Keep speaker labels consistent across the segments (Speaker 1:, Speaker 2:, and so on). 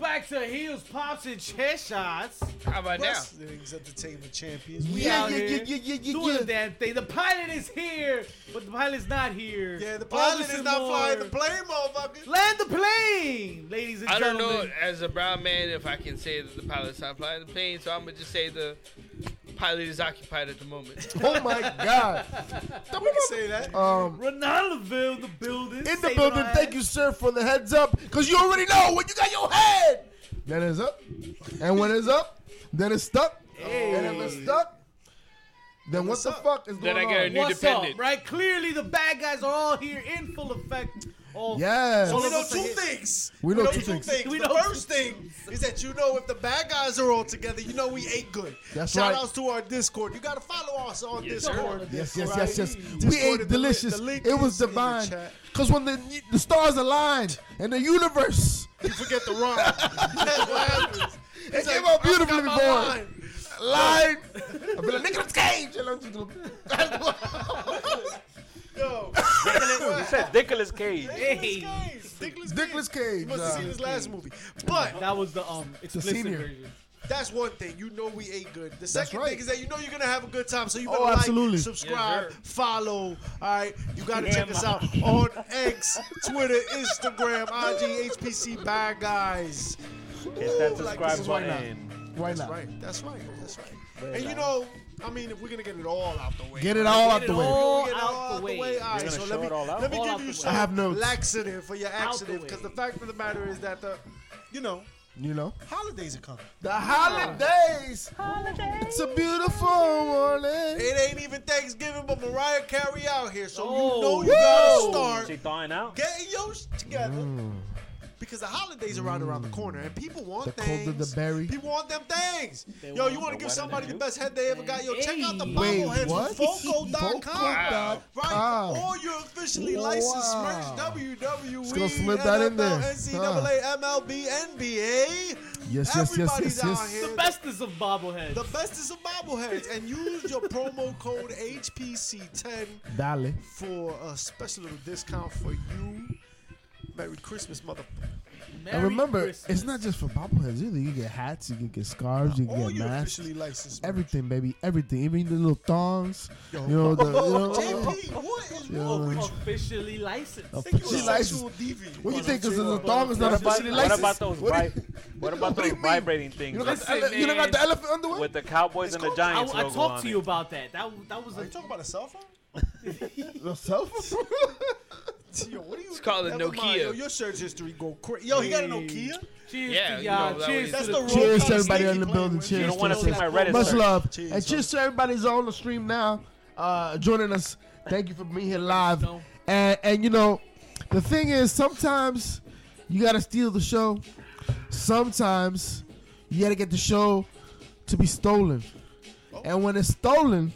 Speaker 1: back to heels, pops, and chair shots.
Speaker 2: How about now?
Speaker 3: Wrestling's Entertainment Champions. We
Speaker 1: Yeah,
Speaker 3: out
Speaker 1: yeah,
Speaker 3: here.
Speaker 1: yeah, Doing the damn thing. The pilot is here, but the pilot's not here.
Speaker 3: Yeah, the
Speaker 1: All
Speaker 3: pilot
Speaker 1: this
Speaker 3: is
Speaker 1: and
Speaker 3: not
Speaker 1: more.
Speaker 3: flying the plane, motherfucker.
Speaker 1: Land the plane, ladies and
Speaker 2: I don't
Speaker 1: gentlemen.
Speaker 2: know, as a brown man, if I can say that the pilot's not flying the plane, so I'm going to just say the pilot is occupied at the moment.
Speaker 4: Oh my God.
Speaker 3: We can say that.
Speaker 4: Um,
Speaker 1: Ronaldoville, the building.
Speaker 4: in the building, thank you, sir, for the heads up, because you already know when you got your head. Then it's up. And when it's up, then it's stuck. And if it's stuck, then what
Speaker 3: What's
Speaker 4: the
Speaker 3: up?
Speaker 4: fuck is
Speaker 2: Then
Speaker 4: going
Speaker 2: I got a
Speaker 4: on?
Speaker 2: new
Speaker 1: What's
Speaker 2: dependent.
Speaker 1: up, right? Clearly, the bad guys are all here in full effect. Oh, All
Speaker 4: Yes.
Speaker 1: All
Speaker 3: We
Speaker 1: of
Speaker 3: know
Speaker 1: us are
Speaker 3: two
Speaker 1: here.
Speaker 3: things.
Speaker 4: We know two things.
Speaker 1: We
Speaker 3: the
Speaker 1: know two
Speaker 3: first thing is that you know if the bad guys are all together, you know we ate good.
Speaker 4: That's
Speaker 3: Shout
Speaker 4: right.
Speaker 3: outs to our Discord. You gotta follow us on
Speaker 2: sir.
Speaker 3: Discord.
Speaker 4: Yes, yes,
Speaker 3: Right?
Speaker 4: yes, yes. We
Speaker 3: Discord, the
Speaker 4: ate
Speaker 3: link-
Speaker 4: delicious.
Speaker 3: the link
Speaker 4: It was
Speaker 3: is in the
Speaker 4: divine.
Speaker 3: chat.
Speaker 4: Cause when the the stars aligned and the universe
Speaker 3: You forget the rhyme. That's what happens. It's
Speaker 4: came out
Speaker 3: I forgot
Speaker 4: beautifully
Speaker 3: my
Speaker 4: born.
Speaker 3: line.
Speaker 4: aligned, I'll be like Nicolas Cage. And I'm just gonna-
Speaker 3: Yo,
Speaker 5: You said Nicolas Cage.
Speaker 1: Hey.
Speaker 3: Dickless Cage.
Speaker 4: Nicolas Cage,
Speaker 3: You must have
Speaker 4: uh,
Speaker 3: seen his last movie. But
Speaker 1: That was the um explicit
Speaker 4: senior.
Speaker 1: version.
Speaker 3: That's one thing. You know we ate good. The second
Speaker 4: right.
Speaker 3: thing is that you know you're gonna have a good time. So you
Speaker 4: Oh,
Speaker 3: better like,
Speaker 4: absolutely.
Speaker 3: subscribe,
Speaker 2: Yes, sir.
Speaker 3: follow. All right, you gotta check us out on X, Twitter, Instagram, IG, HPC Bad Guys.
Speaker 5: Hit that
Speaker 3: Ooh, like,
Speaker 5: subscribe
Speaker 3: this is why not.
Speaker 5: button.
Speaker 4: Why
Speaker 3: That's
Speaker 4: not?
Speaker 3: right. That's right. That's right. And you know, I mean, if we're gonna get it all out the way,
Speaker 4: Get it all out
Speaker 1: Get
Speaker 4: the
Speaker 1: it
Speaker 4: way.
Speaker 1: all
Speaker 3: We're gonna get it
Speaker 1: out the way.
Speaker 3: All right,
Speaker 5: gonna
Speaker 3: so
Speaker 5: show
Speaker 3: let me
Speaker 5: it all out?
Speaker 3: let me
Speaker 1: All out
Speaker 3: give
Speaker 1: the
Speaker 3: you
Speaker 1: way.
Speaker 3: some
Speaker 4: I have notes.
Speaker 3: laxative for your
Speaker 1: Out the
Speaker 3: accident because
Speaker 1: way.
Speaker 3: the fact of the matter is that the, you know,
Speaker 4: You know
Speaker 3: holidays are coming.
Speaker 4: the holidays. It's a beautiful morning.
Speaker 3: It ain't even Thanksgiving, but Mariah Carey out here, so
Speaker 1: Oh.
Speaker 3: you know you
Speaker 4: Woo!
Speaker 3: gotta
Speaker 5: She
Speaker 3: start
Speaker 5: thawing out.
Speaker 3: getting your shit together because the holidays are right around the corner, and people want
Speaker 4: The
Speaker 3: things.
Speaker 4: colder the berry.
Speaker 3: People want them things. Yo, you want to give somebody the best head they ever got? Yo, check out the
Speaker 4: Wait,
Speaker 3: bobbleheads
Speaker 4: what?
Speaker 3: from Foco.com.
Speaker 4: Foco.com.
Speaker 3: Right,
Speaker 4: Wow.
Speaker 3: all your officially licensed
Speaker 4: Wow.
Speaker 3: merch, E, WWE,
Speaker 4: Just gonna slip that in there.
Speaker 3: NFL, NCAA, MLB, NBA.
Speaker 4: Yes, yes, yes,
Speaker 3: Everybody's
Speaker 4: yes,
Speaker 3: out
Speaker 4: yes.
Speaker 3: here.
Speaker 1: The bestest of bobbleheads.
Speaker 3: The best is some bobbleheads, and use your promo code HPC10
Speaker 4: Dale.
Speaker 3: for a special little discount for you. Merry Christmas, motherfucker!
Speaker 4: And
Speaker 1: Merry
Speaker 4: remember,
Speaker 1: Christmas.
Speaker 4: it's not just for bobbleheads either. You get hats, you can get scarves, you can
Speaker 3: All
Speaker 4: get
Speaker 3: your
Speaker 4: masks.
Speaker 3: officially licensed.
Speaker 4: Everything, baby, everything. Even the little thongs. You know the. You
Speaker 3: merch.
Speaker 4: know, uh,
Speaker 3: JP, Oh, what is
Speaker 4: Yo,
Speaker 3: wrong with you?
Speaker 1: officially licensed.
Speaker 4: Of-
Speaker 3: Think you a
Speaker 4: She
Speaker 3: sexual deviant?
Speaker 4: what you think? Because the
Speaker 1: What
Speaker 4: thong is not
Speaker 5: What about,
Speaker 4: officially
Speaker 5: what
Speaker 4: licensed.
Speaker 5: about those
Speaker 4: What do you-
Speaker 5: vi- what about
Speaker 4: do you
Speaker 5: those
Speaker 4: mean?
Speaker 5: vibrating things
Speaker 4: You don't got
Speaker 5: with-
Speaker 4: the ele- you don't got the elephant underwear.
Speaker 5: with the Cowboys and the
Speaker 1: I,
Speaker 5: Giants
Speaker 1: I
Speaker 5: logo
Speaker 1: talked
Speaker 5: on
Speaker 1: to you
Speaker 5: it?
Speaker 1: about that. That that was
Speaker 3: Are
Speaker 1: a
Speaker 3: you talking about a cell phone?
Speaker 4: The cell phone?
Speaker 3: Yo, what are you? It's
Speaker 2: called a Nokia.
Speaker 3: Yo, your search history go crazy. Yo, he got a Nokia.
Speaker 1: cheers
Speaker 2: Yeah,
Speaker 1: to
Speaker 2: you
Speaker 1: y'all.
Speaker 2: know, that
Speaker 1: cheers
Speaker 2: way-
Speaker 1: to
Speaker 3: That's
Speaker 1: the,
Speaker 3: the
Speaker 4: Cheers
Speaker 3: wrong
Speaker 4: to
Speaker 3: kind of
Speaker 4: everybody in the
Speaker 3: sneaky
Speaker 4: building.
Speaker 3: playing with.
Speaker 4: Cheers
Speaker 5: You don't
Speaker 4: to
Speaker 5: want to take my Reddit
Speaker 4: Much
Speaker 5: search.
Speaker 4: love.
Speaker 3: Cheers,
Speaker 4: and cheers to everybody who's on the stream now, uh, joining us. Thank you for being here live.
Speaker 1: No.
Speaker 4: And and you know, the thing is, sometimes you gotta steal the show. Sometimes you gotta get the show to be stolen. And when it's stolen,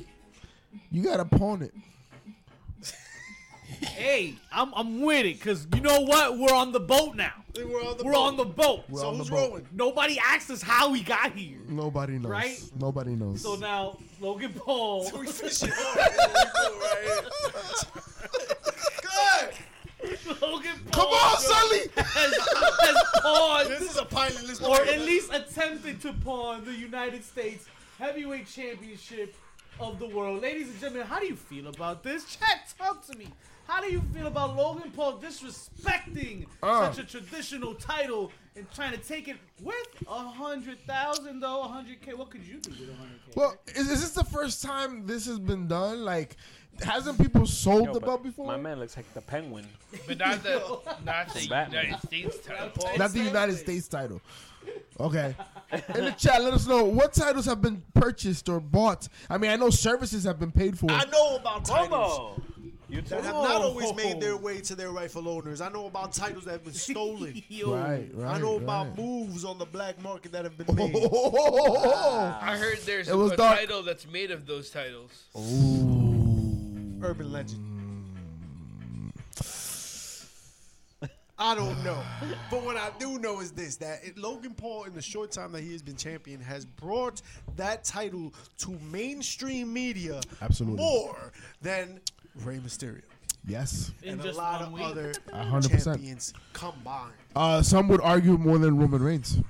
Speaker 4: you gotta pawn it.
Speaker 1: hey, I'm I'm with it because you know what? We're on the boat now.
Speaker 3: They We're on the.
Speaker 1: We're
Speaker 3: boat.
Speaker 1: on the boat.
Speaker 4: We're
Speaker 3: So
Speaker 4: on the
Speaker 3: who's
Speaker 4: boat.
Speaker 3: rolling?
Speaker 1: Nobody asked us how we got here.
Speaker 4: Nobody knows.
Speaker 1: Right?
Speaker 4: Nobody knows.
Speaker 1: So now Logan Paul.
Speaker 3: We fishing hard. Right here. Good.
Speaker 1: Logan Paul
Speaker 4: Come on, Sully!
Speaker 1: has, has pawned
Speaker 3: This is a pilot. Let's
Speaker 1: or
Speaker 3: go.
Speaker 1: at least attempted to pawn the United States Heavyweight Championship of the world. Ladies and gentlemen, how do you feel about this? Chat, talk to me. How do you feel about Logan Paul disrespecting
Speaker 4: Uh.
Speaker 1: such a traditional title and trying to take it with a hundred thousand though? A hundred k. What could you do with a hundred k?
Speaker 4: Well, is, is this the first time this has been done? Like, hasn't people sold
Speaker 5: Yo,
Speaker 4: the
Speaker 5: but
Speaker 4: belt before?
Speaker 5: My man looks like the Penguin.
Speaker 2: But not the, not the
Speaker 5: Batman.
Speaker 2: United States title.
Speaker 4: Not the United States title. Okay. In the chat, let us know what titles have been purchased or bought. I mean, I know services have been paid for.
Speaker 3: I know about titles
Speaker 5: Bobo. You too.
Speaker 3: that have not always made their way to their rightful owners. I know about titles that have been stolen.
Speaker 1: Yo,
Speaker 4: Right, right.
Speaker 3: I know about
Speaker 4: right.
Speaker 3: moves on the black market that have been
Speaker 4: Oh,
Speaker 3: made.
Speaker 4: oh, oh, oh,
Speaker 2: I heard there's
Speaker 4: It was
Speaker 2: a
Speaker 4: dark.
Speaker 2: title that's made of those titles.
Speaker 3: Urban legend. I don't know. But what I do know is this that it, Logan Paul, in the short time that he has been champion, has brought that title to mainstream media
Speaker 4: Absolutely.
Speaker 3: more than Rey Mysterio
Speaker 4: Yes.
Speaker 1: in
Speaker 3: and
Speaker 1: just
Speaker 3: a lot
Speaker 1: one
Speaker 3: of
Speaker 1: week.
Speaker 3: other
Speaker 4: A hundred percent.
Speaker 3: champions combined.
Speaker 4: Uh, some would argue more than Roman Reigns.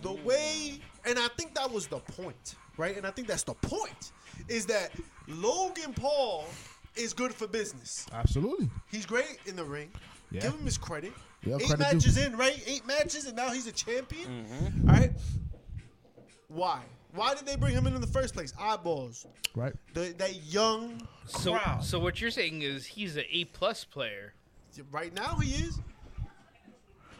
Speaker 3: the way, and I think that was the point, right? And I think that's the point is that Logan Paul is good for business.
Speaker 4: Absolutely.
Speaker 3: He's great in the ring.
Speaker 4: Yeah.
Speaker 3: Give him his credit.
Speaker 4: Yeah,
Speaker 3: Eight
Speaker 4: credit due.
Speaker 3: matches in, right? Eight matches, and now he's a champion.
Speaker 1: Mm-hmm.
Speaker 3: All right. Why? Why did they bring him in in the first place? Eyeballs.
Speaker 4: Right.
Speaker 3: The, that young
Speaker 2: So,
Speaker 3: crowd.
Speaker 2: so what you're saying is he's an A plus player.
Speaker 3: Right now he is.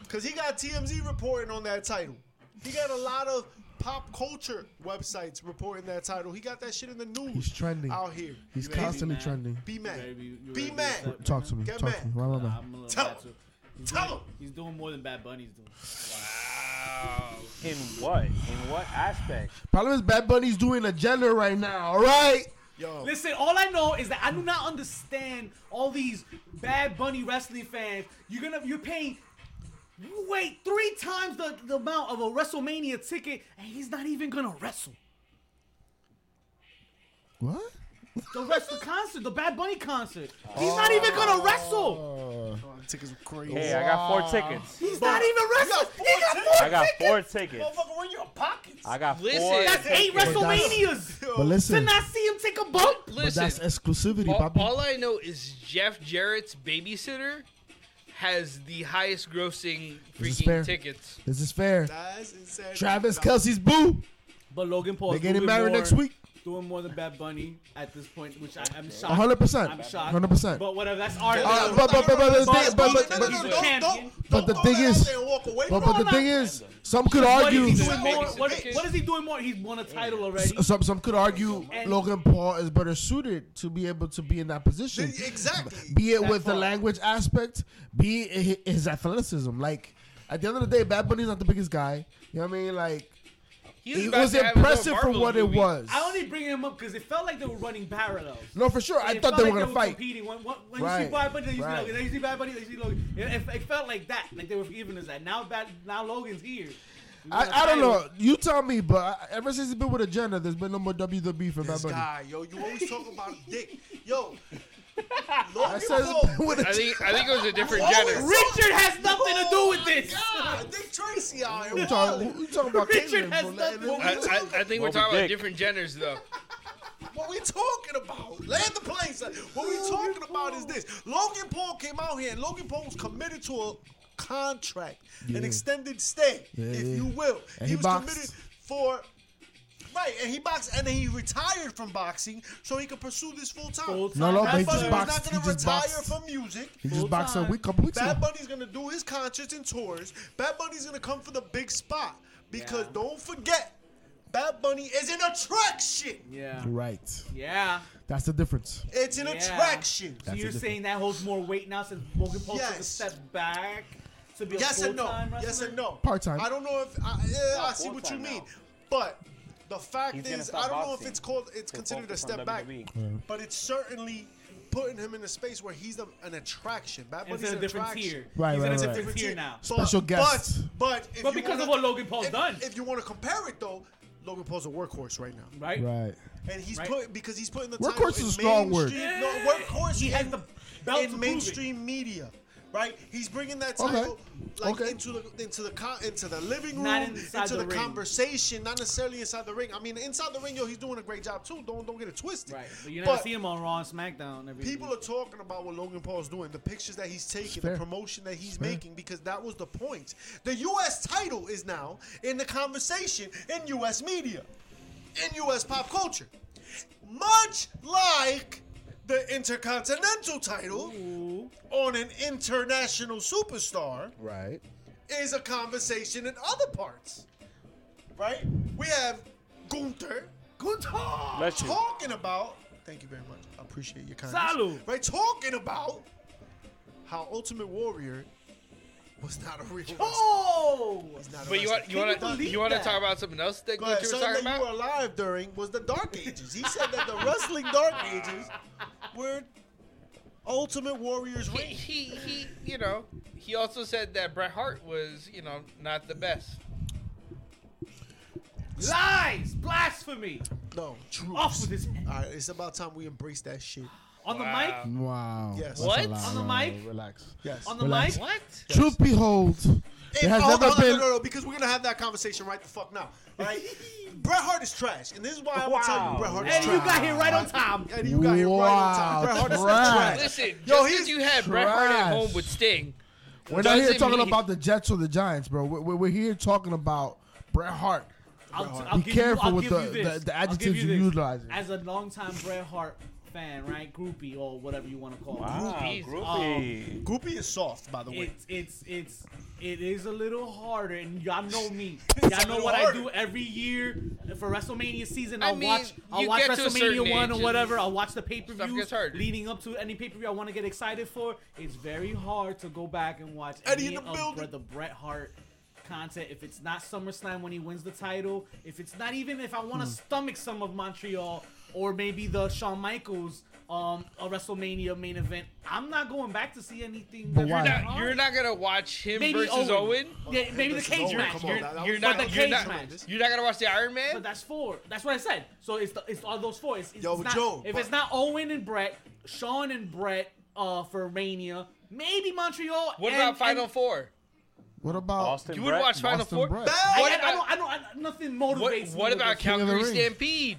Speaker 3: Cause he got TMZ reporting on that title. He got a lot of pop culture websites reporting that title. He got that shit in the news.
Speaker 4: He's trending.
Speaker 3: out here.
Speaker 4: He's
Speaker 3: You ready?
Speaker 4: constantly
Speaker 1: man.
Speaker 4: trending.
Speaker 1: ready
Speaker 3: Be mad.
Speaker 1: to be- you ready to
Speaker 3: Be
Speaker 1: be
Speaker 3: mad.
Speaker 1: upset?
Speaker 4: Talk to me.
Speaker 3: Get Um,
Speaker 4: Talk
Speaker 3: mad.
Speaker 4: to me. Why am I
Speaker 1: Nah,
Speaker 4: mad?
Speaker 1: I'm a little
Speaker 3: Tell
Speaker 1: mad,
Speaker 3: him.
Speaker 1: too. He's
Speaker 3: Tell
Speaker 1: doing-
Speaker 3: him.
Speaker 1: He's doing more than Bad Bunny's doing.
Speaker 2: Wow.
Speaker 5: In what? In what aspect?
Speaker 4: Problem is, Bad Bunny's doing a gender right now. All right.
Speaker 3: Yo.
Speaker 1: Listen, all I know is that I do not understand all these Bad Bunny wrestling fans. You're gonna you're paying wait three times the, the amount of a WrestleMania ticket, and he's not even gonna wrestle.
Speaker 4: What?
Speaker 1: The rest of the concert, the Bad Bunny concert. He's not even gonna wrestle.
Speaker 3: Tickets were crazy.
Speaker 5: Hey, I got four tickets.
Speaker 1: He's not even wrestling.
Speaker 3: four
Speaker 1: He got
Speaker 3: tickets?
Speaker 1: four
Speaker 5: I got
Speaker 1: tickets.
Speaker 5: four tickets.
Speaker 3: Motherfucker, where your pockets?
Speaker 5: I got
Speaker 2: Listen,
Speaker 5: four.
Speaker 1: That's eight
Speaker 2: But
Speaker 1: WrestleManias.
Speaker 4: But
Speaker 1: To
Speaker 4: listen,
Speaker 1: not see him take a bump.
Speaker 4: but
Speaker 2: Listen,
Speaker 4: that's exclusivity,
Speaker 2: all,
Speaker 4: Bobby.
Speaker 2: all I know is Jeff Jarrett's babysitter has the highest grossing
Speaker 4: This is fair.
Speaker 2: freaking tickets.
Speaker 4: This is fair.
Speaker 3: That's insane.
Speaker 4: Travis Kelsey's boo.
Speaker 1: But Logan Paul.
Speaker 4: They're
Speaker 1: is
Speaker 4: getting
Speaker 1: doing
Speaker 4: married
Speaker 1: more-
Speaker 4: next week.
Speaker 1: Doing more than Bad Bunny at this point, which I, I'm shocked.
Speaker 4: 100%.
Speaker 1: I'm shocked.
Speaker 4: 100%.
Speaker 1: But whatever. That's our.
Speaker 4: Uh, but- but- but- but- but- but- but-
Speaker 3: No, no, no,
Speaker 1: but-
Speaker 3: don't- don't-
Speaker 4: but the
Speaker 3: don't
Speaker 4: thing
Speaker 3: throw that
Speaker 4: is-
Speaker 3: out there and walk away
Speaker 4: But,
Speaker 3: from
Speaker 4: but the
Speaker 3: it.
Speaker 4: thing is, some could
Speaker 1: What
Speaker 4: argue.
Speaker 1: is he
Speaker 3: Argue.
Speaker 1: doing more? What,
Speaker 2: Make it-
Speaker 1: what is he doing more? He's won a title already.
Speaker 4: Some some could argue
Speaker 1: And-
Speaker 4: Logan Paul is better suited to be able to be in that position.
Speaker 3: Exactly.
Speaker 4: Be it
Speaker 1: That
Speaker 4: with the
Speaker 1: part.
Speaker 4: language aspect, be it hi- his athleticism. Like at the end of the day, Bad Bunny's not the biggest guy. You know what I mean? Like
Speaker 2: He
Speaker 4: it
Speaker 2: about
Speaker 4: was
Speaker 2: to have his own
Speaker 4: impressive for
Speaker 2: Marvel
Speaker 4: what
Speaker 2: movie.
Speaker 4: it was.
Speaker 1: I only bring him up because it felt like they were running parallels.
Speaker 4: No, for sure. I
Speaker 1: It
Speaker 4: thought
Speaker 1: felt
Speaker 4: they were
Speaker 1: like
Speaker 4: gonna fight.
Speaker 1: Competing. When, when, when you
Speaker 4: Right,
Speaker 1: see Bad Bunny, then you
Speaker 4: right.
Speaker 1: see Logan. Then you see Bad Bunny, then you see Logan. It, it, it felt like that. Like they were even as that. Now, Bad, now Logan's here. He won a
Speaker 4: I, I don't
Speaker 1: title.
Speaker 4: know. You tell me, but I, ever since he's been with Agenda, there's been no more WWE for Bad
Speaker 3: This
Speaker 4: Bunny.
Speaker 3: guy, yo, you always talk about dick. Yo, Logan
Speaker 4: I said it's been
Speaker 3: Paul.
Speaker 4: with
Speaker 2: I
Speaker 4: Agenda.
Speaker 2: think I think it was a different
Speaker 3: Always
Speaker 2: gender.
Speaker 1: Richard has nothing to do with this.
Speaker 4: Oh
Speaker 3: God, Dick Tracy out here.
Speaker 4: You talking, who you talking about?
Speaker 1: Richard
Speaker 4: Caitlyn,
Speaker 1: has
Speaker 4: bro?
Speaker 1: nothing to
Speaker 2: I, I, I think we're
Speaker 5: Moby
Speaker 2: talking about
Speaker 5: Dick.
Speaker 2: different genders, though.
Speaker 3: What we talking about? Land the plane, son. What we talking about is this. Logan Paul came out here, and Logan Paul was committed to a contract, an extended stay,
Speaker 4: Yeah,
Speaker 3: if
Speaker 4: yeah.
Speaker 3: you will.
Speaker 4: And he
Speaker 3: was
Speaker 4: boxed.
Speaker 3: committed for. Right, and he boxed, and then he retired from boxing so he could pursue this full time.
Speaker 1: Full
Speaker 4: No, no,
Speaker 1: time.
Speaker 4: but he
Speaker 1: Bad
Speaker 4: just
Speaker 1: Bunny-
Speaker 3: not
Speaker 4: boxed.
Speaker 3: gonna
Speaker 4: He just
Speaker 3: retire
Speaker 4: boxed.
Speaker 3: from music.
Speaker 4: He
Speaker 1: Full
Speaker 4: just boxed a
Speaker 1: time.
Speaker 4: week, couple weeks ago.
Speaker 3: Bad Bunny's gonna do his concerts and tours. Bad Bunny's gonna come for the big spot because
Speaker 1: Yeah.
Speaker 3: don't forget, Bad Bunny is an attraction.
Speaker 1: Yeah.
Speaker 4: Right.
Speaker 1: Yeah.
Speaker 4: That's the difference.
Speaker 3: It's an
Speaker 1: Yeah.
Speaker 3: attraction.
Speaker 1: So
Speaker 4: That's
Speaker 1: you're
Speaker 4: a different-
Speaker 1: saying that holds more weight now since Logan Paul took a
Speaker 3: Yes.
Speaker 1: step back to be a
Speaker 3: Yes and no.
Speaker 1: full-time wrestler?
Speaker 3: Yes and no.
Speaker 4: Part-time.
Speaker 3: I don't know if I, yeah,
Speaker 5: No,
Speaker 3: I see what you
Speaker 5: full-time
Speaker 3: mean,
Speaker 5: now.
Speaker 3: but the fact
Speaker 5: He's gonna
Speaker 3: is,
Speaker 5: stop
Speaker 3: I don't know if
Speaker 5: boxing
Speaker 3: it's called. It's
Speaker 5: to
Speaker 3: considered a
Speaker 5: focus on
Speaker 3: step back,
Speaker 1: E.
Speaker 5: WWE.
Speaker 3: but it's certainly putting him in a space where he's a, an attraction. Bad
Speaker 1: It's
Speaker 3: Bunny's
Speaker 1: in a
Speaker 3: an
Speaker 1: different
Speaker 3: attraction.
Speaker 1: tier.
Speaker 4: Right,
Speaker 1: He's
Speaker 4: right,
Speaker 1: in a
Speaker 4: right.
Speaker 1: different tier now.
Speaker 4: Special guest.
Speaker 3: But, if
Speaker 1: But
Speaker 3: you
Speaker 1: because
Speaker 3: wanna-
Speaker 1: of what Logan Paul's
Speaker 3: if-
Speaker 1: done.
Speaker 3: If you want to compare it though, Logan Paul's a workhorse right now.
Speaker 1: Right?
Speaker 4: Right.
Speaker 3: And he's
Speaker 1: Right.
Speaker 3: put because he's putting the
Speaker 4: Workhorse
Speaker 3: title
Speaker 4: is a
Speaker 3: in
Speaker 4: strong word.
Speaker 3: mainstream- No, workhorse.
Speaker 1: He has the belt to
Speaker 3: in
Speaker 1: prove it.
Speaker 3: mainstream media, right? He's bringing that
Speaker 4: Okay.
Speaker 3: title like
Speaker 4: Okay.
Speaker 3: into the into the con- into the living room,
Speaker 1: Not inside
Speaker 3: into the,
Speaker 1: the ring.
Speaker 3: conversation, not necessarily inside the ring. I mean, inside the ring, yo, he's doing a great job too. Don't don't get it twisted.
Speaker 1: Right. But you never
Speaker 3: But
Speaker 1: see him on Raw and SmackDown every
Speaker 3: People are talking about what Logan Paul's doing, the pictures that he's taking, the
Speaker 4: fair.
Speaker 3: promotion that he's
Speaker 4: fair.
Speaker 3: making, because that was the point. The U.S. title is now in the conversation in U.S. media, in U.S. pop culture, much like the Intercontinental title
Speaker 1: Ooh.
Speaker 3: on an international superstar
Speaker 4: Right.
Speaker 3: is a conversation in other parts. Right? We have Gunther
Speaker 1: Good talk.
Speaker 5: Bless you.
Speaker 3: talking about. Thank you very much. I appreciate your kindness.
Speaker 1: Salud.
Speaker 3: Right? Talking about how Ultimate Warrior was not a real. wrestler.
Speaker 1: Oh!
Speaker 3: He's not a
Speaker 2: But you
Speaker 3: wrestler.
Speaker 2: want you want
Speaker 1: Can
Speaker 2: to
Speaker 1: you
Speaker 2: you want to
Speaker 1: believe
Speaker 2: talk
Speaker 1: that?
Speaker 2: about something else that
Speaker 3: Go
Speaker 2: Gunther
Speaker 3: ahead.
Speaker 2: was
Speaker 3: Something
Speaker 2: talking
Speaker 3: that you were
Speaker 2: about?
Speaker 3: alive during was the Dark Ages. He said that the wrestling Dark Ages were Ultimate Warrior's
Speaker 2: He,
Speaker 3: reign.
Speaker 2: he he you know he also said that Bret Hart was you know not the best.
Speaker 1: Lies! Blasphemy!
Speaker 3: No, true.
Speaker 1: Off with his head.
Speaker 3: All right, it's about time we embrace that shit.
Speaker 1: On the
Speaker 2: Wow.
Speaker 1: mic?
Speaker 4: Wow.
Speaker 3: Yes.
Speaker 4: That's a
Speaker 2: What?
Speaker 4: lot.
Speaker 1: On the
Speaker 4: Wow,
Speaker 1: mic?
Speaker 4: Relax.
Speaker 3: Yes.
Speaker 1: On the
Speaker 4: Relax.
Speaker 1: mic?
Speaker 2: What?
Speaker 4: Truth behold,
Speaker 3: If,
Speaker 4: There has
Speaker 3: hold, hold
Speaker 4: never
Speaker 3: on, no,
Speaker 4: been-
Speaker 3: no, no, because we're gonna have that conversation right the fuck now. All right, Bret Hart is trash, and this is why I'm gonna tell you
Speaker 5: Wow.
Speaker 3: Bret Hart is
Speaker 1: Eddie,
Speaker 3: trash.
Speaker 1: you got here right on time.
Speaker 3: Eddie, you got here right on time.
Speaker 4: Wow,
Speaker 3: Bret Hart is
Speaker 4: trash.
Speaker 3: trash.
Speaker 2: Listen,
Speaker 3: Yo,
Speaker 2: just
Speaker 3: he's
Speaker 2: because you had Bret Hart
Speaker 4: trash.
Speaker 2: at home with Sting,
Speaker 4: We're not here
Speaker 2: doesn't
Speaker 4: talking
Speaker 2: mean-
Speaker 4: about the Jets or the Giants, bro. We're, we're, we're here talking about Bret Hart.
Speaker 1: I'll, I'll
Speaker 4: Be
Speaker 1: give
Speaker 4: careful
Speaker 1: you, I'll
Speaker 4: with
Speaker 1: give
Speaker 4: the-
Speaker 1: you this.
Speaker 4: the- the
Speaker 1: I'll give
Speaker 4: adjectives you're
Speaker 1: this.
Speaker 4: utilizing.
Speaker 1: As a longtime Bret Hart fan, right, groupie or whatever you want to call
Speaker 5: Wow,
Speaker 2: Groupies.
Speaker 5: groupie.
Speaker 3: Goopy is soft, by the
Speaker 1: it,
Speaker 3: way.
Speaker 1: it's it's it's it is a little harder, and y'all know me.
Speaker 3: It's
Speaker 1: Y'all
Speaker 3: a
Speaker 1: know
Speaker 3: little
Speaker 1: what I
Speaker 3: harder.
Speaker 1: do every year for WrestleMania season.
Speaker 2: I
Speaker 1: I'll
Speaker 2: mean,
Speaker 1: watch I'll
Speaker 2: you
Speaker 1: watch
Speaker 2: get to a certain
Speaker 1: WrestleMania one
Speaker 2: age
Speaker 1: or
Speaker 2: and
Speaker 1: whatever. I'll watch the pay per
Speaker 2: gets
Speaker 1: views
Speaker 2: harder.
Speaker 1: leading up to any pay per view I want to get excited for. It's very hard to go back and watch
Speaker 3: Eddie
Speaker 1: any
Speaker 3: in the
Speaker 1: of
Speaker 3: building.
Speaker 1: Bret- the Bret Hart content. If it's not SummerSlam when he wins the title, if it's not even if I want to
Speaker 3: Hmm.
Speaker 1: stomach some of Montreal or maybe the Shawn Michaels um a WrestleMania main event, I'm not going back to see anything.
Speaker 4: But
Speaker 1: that's
Speaker 4: why?
Speaker 1: Bret
Speaker 2: now,
Speaker 1: Hart.
Speaker 2: you're not gonna watch him
Speaker 1: Maybe
Speaker 2: versus Owen.
Speaker 1: Yeah, maybe the
Speaker 3: Versus
Speaker 1: cage
Speaker 3: Owen,
Speaker 1: match.
Speaker 3: come on,
Speaker 1: You're,
Speaker 3: that- that
Speaker 1: you're
Speaker 3: was-
Speaker 1: not
Speaker 2: But
Speaker 1: the
Speaker 2: you're
Speaker 1: cage
Speaker 2: not,
Speaker 1: match.
Speaker 2: You're not gonna watch the Iron Man.
Speaker 1: But that's four. That's what I said. So it's the, it's all those four. It's, it's
Speaker 3: Yo,
Speaker 1: not,
Speaker 3: Joe,
Speaker 1: if
Speaker 3: but-
Speaker 1: it's not Owen and Brett, Sean and Brett uh, for Mania, maybe Montreal.
Speaker 2: what
Speaker 1: and-
Speaker 2: about Final
Speaker 1: and-
Speaker 2: Four?
Speaker 4: What about
Speaker 5: Austin
Speaker 2: You would
Speaker 5: Brett.
Speaker 2: watch Final
Speaker 4: Austin
Speaker 2: Four.
Speaker 4: Brett?
Speaker 3: Bad.
Speaker 1: I,
Speaker 2: What
Speaker 1: I- I
Speaker 2: about-
Speaker 1: don't. I don't. I, nothing motivates
Speaker 2: What,
Speaker 1: me.
Speaker 2: what
Speaker 1: with
Speaker 2: about
Speaker 1: this.
Speaker 4: King of the
Speaker 2: Calgary
Speaker 4: Ring.
Speaker 2: Stampede?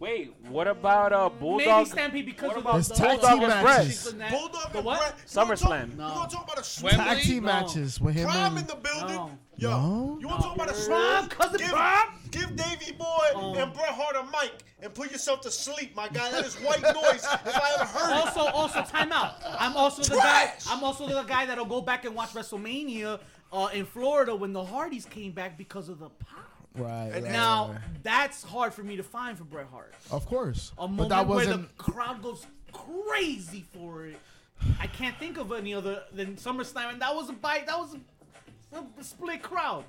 Speaker 5: Wait, what about uh,
Speaker 1: Maybe
Speaker 5: Bulldog?
Speaker 1: Stampede because
Speaker 5: What
Speaker 1: of
Speaker 5: about
Speaker 1: the
Speaker 4: It's
Speaker 1: the-
Speaker 4: tag
Speaker 5: team
Speaker 1: the-
Speaker 5: matches.
Speaker 1: the- the-
Speaker 3: Bulldog
Speaker 1: the
Speaker 3: and
Speaker 1: what?
Speaker 3: Bret. You wanna talk-
Speaker 5: SummerSlam.
Speaker 3: You
Speaker 1: No.
Speaker 3: want to talk about a sweep?
Speaker 2: Wembley?
Speaker 4: Tag team
Speaker 1: No.
Speaker 4: matches with him
Speaker 3: Prime in
Speaker 4: and
Speaker 3: the building?
Speaker 1: No.
Speaker 3: Yo,
Speaker 4: No.
Speaker 3: you want to talk about a
Speaker 1: Rob,
Speaker 3: sweep?
Speaker 1: cousin
Speaker 3: give,
Speaker 1: Rob.
Speaker 3: give Davey Boy
Speaker 1: Oh.
Speaker 3: and Bret Hart a mic and put yourself to sleep, my guy. That is white noise if I ever heard it.
Speaker 1: also, also timeout. I'm also the guy.
Speaker 3: Trash.
Speaker 1: I'm also the guy that'll go back and watch WrestleMania uh, in Florida when the Hardys came back because of the pop.
Speaker 4: right, right,
Speaker 1: Now
Speaker 4: right.
Speaker 1: that's hard for me to find for Bret Hart.
Speaker 4: of course,
Speaker 1: A
Speaker 4: but
Speaker 1: moment
Speaker 4: that
Speaker 1: where
Speaker 4: wasn't.
Speaker 1: the crowd goes crazy for it. I can't think of any other than SummerSlam, and that was a bite. That was a, a split crowd,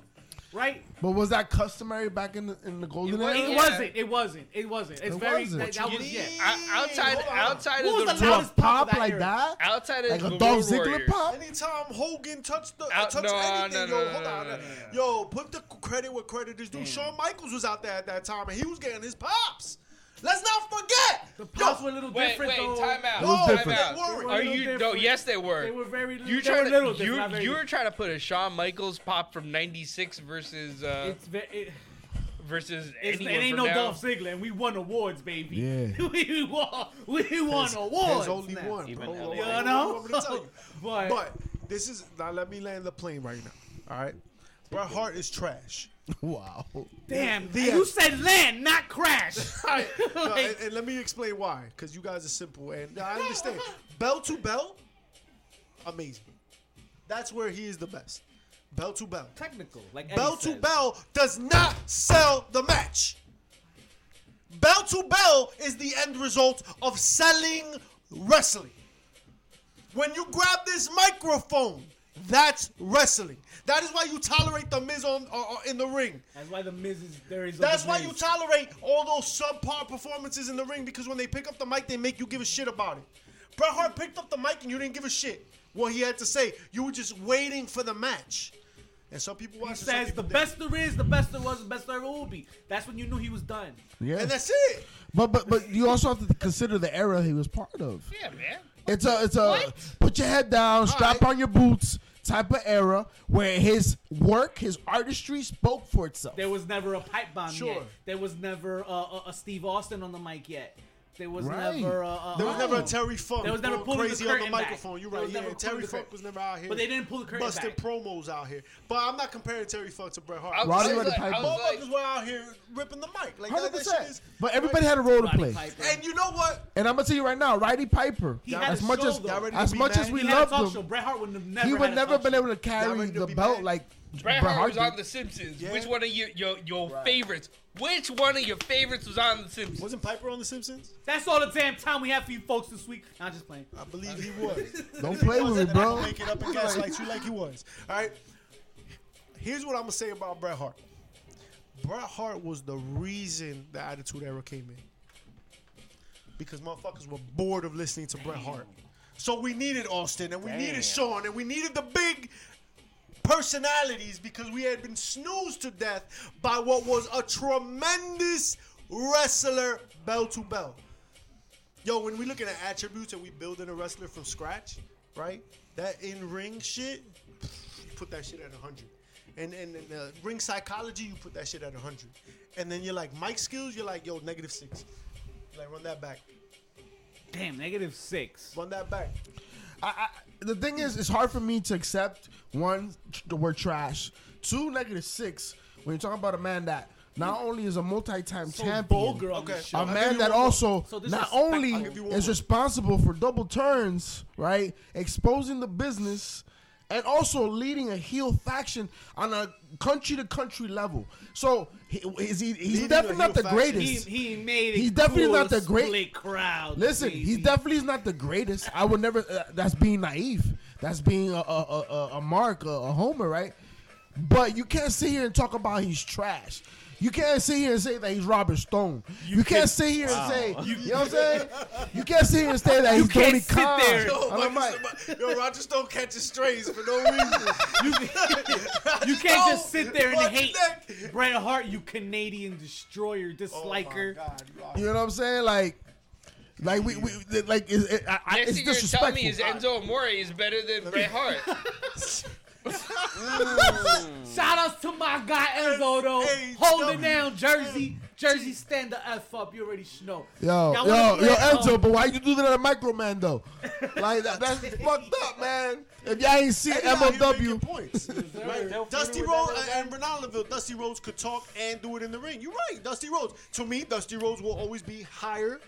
Speaker 1: right?
Speaker 4: But was that customary back in the in the golden
Speaker 2: was-
Speaker 4: era?
Speaker 1: It
Speaker 2: Yeah.
Speaker 1: wasn't. It wasn't. It wasn't. It's
Speaker 4: It
Speaker 1: very.
Speaker 4: wasn't.
Speaker 1: That, that
Speaker 2: You-
Speaker 1: was yeah.
Speaker 2: I- outside,
Speaker 3: Hold on.
Speaker 2: outside
Speaker 1: Who
Speaker 2: of
Speaker 1: was
Speaker 2: the,
Speaker 1: the
Speaker 4: To a
Speaker 1: loudest pop of
Speaker 4: pop
Speaker 1: that
Speaker 4: like
Speaker 1: era.
Speaker 4: that,
Speaker 2: outside of
Speaker 4: like
Speaker 2: the
Speaker 4: a Dolph
Speaker 2: Road
Speaker 4: Ziggler
Speaker 2: Warriors.
Speaker 4: pop.
Speaker 3: Anytime Hogan touched the
Speaker 2: Out-
Speaker 3: touched
Speaker 2: no,
Speaker 3: anything,
Speaker 2: no,
Speaker 3: yo,
Speaker 2: no,
Speaker 3: hold
Speaker 2: no,
Speaker 3: on,
Speaker 2: no,
Speaker 3: uh,
Speaker 2: no,
Speaker 3: yo, put the credit where credit is due.
Speaker 1: Mm.
Speaker 3: Shawn Michaels was out there at that time, and he was getting his pops. Let's not forget.
Speaker 1: The
Speaker 3: Yo,
Speaker 1: pops were a little
Speaker 2: Wait,
Speaker 1: different
Speaker 2: wait,
Speaker 1: though.
Speaker 2: time out.
Speaker 4: It was
Speaker 2: time
Speaker 4: different.
Speaker 2: out.
Speaker 3: They were a
Speaker 2: Are
Speaker 1: little
Speaker 2: you no?
Speaker 1: different.
Speaker 2: Yes, they were.
Speaker 1: They were very. little-
Speaker 2: you
Speaker 1: they were
Speaker 2: trying
Speaker 1: little
Speaker 2: to
Speaker 1: different,
Speaker 2: you
Speaker 1: not very
Speaker 2: you were
Speaker 1: different.
Speaker 2: trying to put a Shawn Michaels pop from '96 versus uh
Speaker 1: It's very. It,
Speaker 2: versus
Speaker 1: it's, it
Speaker 2: anyone
Speaker 1: ain't
Speaker 2: from
Speaker 1: no
Speaker 2: now.
Speaker 1: Dolph Ziggler, and we won awards, baby.
Speaker 4: Yeah.
Speaker 1: we won. We won awards.
Speaker 3: There's only
Speaker 1: now.
Speaker 3: one,
Speaker 5: Even
Speaker 3: bro.
Speaker 5: LA.
Speaker 3: I
Speaker 1: You
Speaker 3: don't
Speaker 1: know?
Speaker 3: what I'm gonna tell you.
Speaker 1: But-
Speaker 3: but this is now. Let me land the plane right now. All right, Bret Hart is trash.
Speaker 4: Wow.
Speaker 1: Damn,
Speaker 3: The
Speaker 1: you
Speaker 3: end.
Speaker 1: said land, not crash.
Speaker 3: No,
Speaker 1: Like-
Speaker 3: and, and let me explain why, because you guys are simple and I understand. bell to bell, amazing. That's where he is the best. Bell to bell.
Speaker 1: Technical, like Eddie
Speaker 3: Bell to
Speaker 1: says.
Speaker 3: bell does not sell the match. Bell to bell is the end result of selling wrestling. When you grab this microphone, that's wrestling. That is why you tolerate the Miz on, uh, in the ring.
Speaker 1: That's why the Miz is there is.
Speaker 3: That's
Speaker 1: other
Speaker 3: why
Speaker 1: Miz.
Speaker 3: you tolerate all those subpar performances in the ring because when they pick up the mic, they make you give a shit about it. Bret Hart picked up the mic and you didn't give a shit what he had to say. You were just waiting for the match. And some people watch
Speaker 1: He
Speaker 3: it, some
Speaker 1: says the
Speaker 3: people didn't.
Speaker 1: best there is, the best there was, the best there ever will be. That's when you knew he was done.
Speaker 4: Yeah.
Speaker 3: And that's it.
Speaker 4: But but but you also have to consider the era he was part of.
Speaker 2: Yeah, man.
Speaker 4: It's a it's a
Speaker 2: What?
Speaker 4: put your head down, strap
Speaker 3: right.
Speaker 4: on your boots type of era where his work, his artistry spoke for itself.
Speaker 1: There was never a pipe bomb yet.
Speaker 3: Sure.
Speaker 1: There was never a, a, a Steve Austin on the mic yet. There was
Speaker 4: Right.
Speaker 1: never a, a
Speaker 3: There was
Speaker 1: a-
Speaker 3: never a Terry Funk.
Speaker 1: Oh. There was never
Speaker 3: going
Speaker 1: pulling the
Speaker 3: crazy on the
Speaker 1: curtain back.
Speaker 3: microphone. You're
Speaker 1: There
Speaker 3: right.
Speaker 1: was
Speaker 3: Yeah,
Speaker 1: never pulling
Speaker 3: Terry
Speaker 1: the
Speaker 3: Funk
Speaker 1: curtain-
Speaker 3: was never out here.
Speaker 1: But they didn't pull the curtain
Speaker 3: busting
Speaker 1: back.
Speaker 3: promos out here. But I'm not comparing Terry Funk to Bret
Speaker 2: I
Speaker 3: Hart.
Speaker 2: was
Speaker 4: Roddy
Speaker 2: like-
Speaker 4: Roddy
Speaker 2: I was
Speaker 4: Piper.
Speaker 2: like-
Speaker 3: Motherfuckers were out here ripping the mic. Like that,
Speaker 4: Hundred
Speaker 3: that shit
Speaker 4: percent.
Speaker 3: is.
Speaker 4: But everybody had a role to
Speaker 1: Oh, Roddy
Speaker 4: play.
Speaker 1: Piper.
Speaker 3: And you know what?
Speaker 4: And I'm gonna tell you right now, Roddy Piper.
Speaker 1: He had
Speaker 4: as
Speaker 1: a
Speaker 4: much
Speaker 1: show,
Speaker 4: as
Speaker 1: though. Y'all
Speaker 3: ready to
Speaker 4: as
Speaker 3: be
Speaker 4: much
Speaker 3: mad?
Speaker 4: as we
Speaker 1: he had a talk
Speaker 4: loved
Speaker 1: show.
Speaker 4: him,
Speaker 1: Bret Hart would have never.
Speaker 4: he would
Speaker 1: had a
Speaker 4: never
Speaker 1: talk
Speaker 4: been
Speaker 1: show.
Speaker 4: able to carry
Speaker 3: ready to
Speaker 4: the
Speaker 3: be
Speaker 4: belt
Speaker 3: mad?
Speaker 4: like
Speaker 2: Bret Hart was on
Speaker 4: did.
Speaker 2: The Simpsons.
Speaker 3: Yeah.
Speaker 2: Which one of your your, your favorites? Which one of your favorites was on The Simpsons?
Speaker 3: Wasn't Piper on The Simpsons?
Speaker 1: That's all the damn time we have for you folks this week. Nah, I'm just playing.
Speaker 3: I believe he was.
Speaker 4: Don't play with me, bro.
Speaker 3: Make it up and gaslight you like he was. All right. Here's what I'm gonna say about Bret Hart. Bret Hart was the reason the Attitude Era came in. Because motherfuckers were bored of listening to Bret Hart. So we needed Austin and we
Speaker 5: Damn.
Speaker 3: needed Shawn and we needed the big personalities because we had been snoozed to death by what was a tremendous wrestler bell to bell. Yo, when we looking at attributes and we building a wrestler from scratch, right? That in ring shit, you put that shit at 100. and and, and uh, ring psychology, you put that shit at 100. And then you're like mic skills, you're like yo negative six. Like run that back,
Speaker 1: Damn, negative six.
Speaker 3: run that back.
Speaker 4: I, I, the thing is, it's hard for me to accept one tr- the word trash, two negative six when you're talking about a man that not only is a multi-time
Speaker 1: So
Speaker 4: champion,
Speaker 1: vulgar on
Speaker 3: Okay.
Speaker 1: this
Speaker 4: a
Speaker 1: show.
Speaker 3: I'll give
Speaker 4: man
Speaker 3: you
Speaker 4: that
Speaker 3: one more.
Speaker 4: also
Speaker 1: So this
Speaker 4: not
Speaker 1: is-
Speaker 4: only
Speaker 1: I'll give
Speaker 3: you one
Speaker 4: is
Speaker 3: more.
Speaker 4: responsible for double turns, right, exposing the business, and also leading a heel faction on a country-to-country level. So he, is he? He's
Speaker 3: Leading a
Speaker 4: definitely not
Speaker 3: heel
Speaker 4: the
Speaker 3: faction.
Speaker 1: He,
Speaker 4: greatest.
Speaker 1: he made it.
Speaker 4: He's definitely
Speaker 1: to
Speaker 4: not
Speaker 1: a
Speaker 4: the great-
Speaker 1: split crowd.
Speaker 4: Listen, he's
Speaker 1: baby.
Speaker 4: definitely not the greatest. I would never. Uh, that's being naive. That's being a a, a, a- a mark, a, a homer, right? But you can't sit here and talk about he's trash. You can't sit here and say that he's Robert Stone. You, can't sit here and say, you, know what I'm saying? You can't sit here and say that he's
Speaker 1: can't
Speaker 4: Tony
Speaker 1: sit
Speaker 4: Khan.
Speaker 1: there.
Speaker 4: Yo,
Speaker 3: Yo,
Speaker 4: I'm
Speaker 3: Michael,
Speaker 4: like,
Speaker 3: somebody- Oh, yo, Roger Stone catches strays for no reason.
Speaker 1: You can't
Speaker 3: No,
Speaker 1: just sit there and
Speaker 3: fuck
Speaker 1: hate
Speaker 3: that.
Speaker 1: Bret Hart, you Canadian destroyer, disliker.
Speaker 4: you know what I'm saying? Like, like we, we like is it, I, I,
Speaker 2: Next
Speaker 4: it's
Speaker 2: thing you're telling
Speaker 4: disrespectful.
Speaker 2: me is Enzo Amore is better than Bret Hart.
Speaker 1: Shout outs to my guy Enzo though,
Speaker 3: hey,
Speaker 1: holding
Speaker 3: no.
Speaker 1: down Jersey. Jersey, stand the f up. You already know.
Speaker 4: Yo,
Speaker 1: Y'all
Speaker 4: yo,
Speaker 1: wanna play,
Speaker 4: yo, Enzo,
Speaker 1: um,
Speaker 4: but why you do that at Microman though? Like that, that's fucked up, man. If y'all ain't seen
Speaker 3: And now you're making
Speaker 4: MLW,
Speaker 3: points. Dusty Rhodes and Ronaldoville, Dusty Rhodes could talk and do it in the ring. You're right, Dusty Rhodes. To me, Dusty Rhodes will always be higher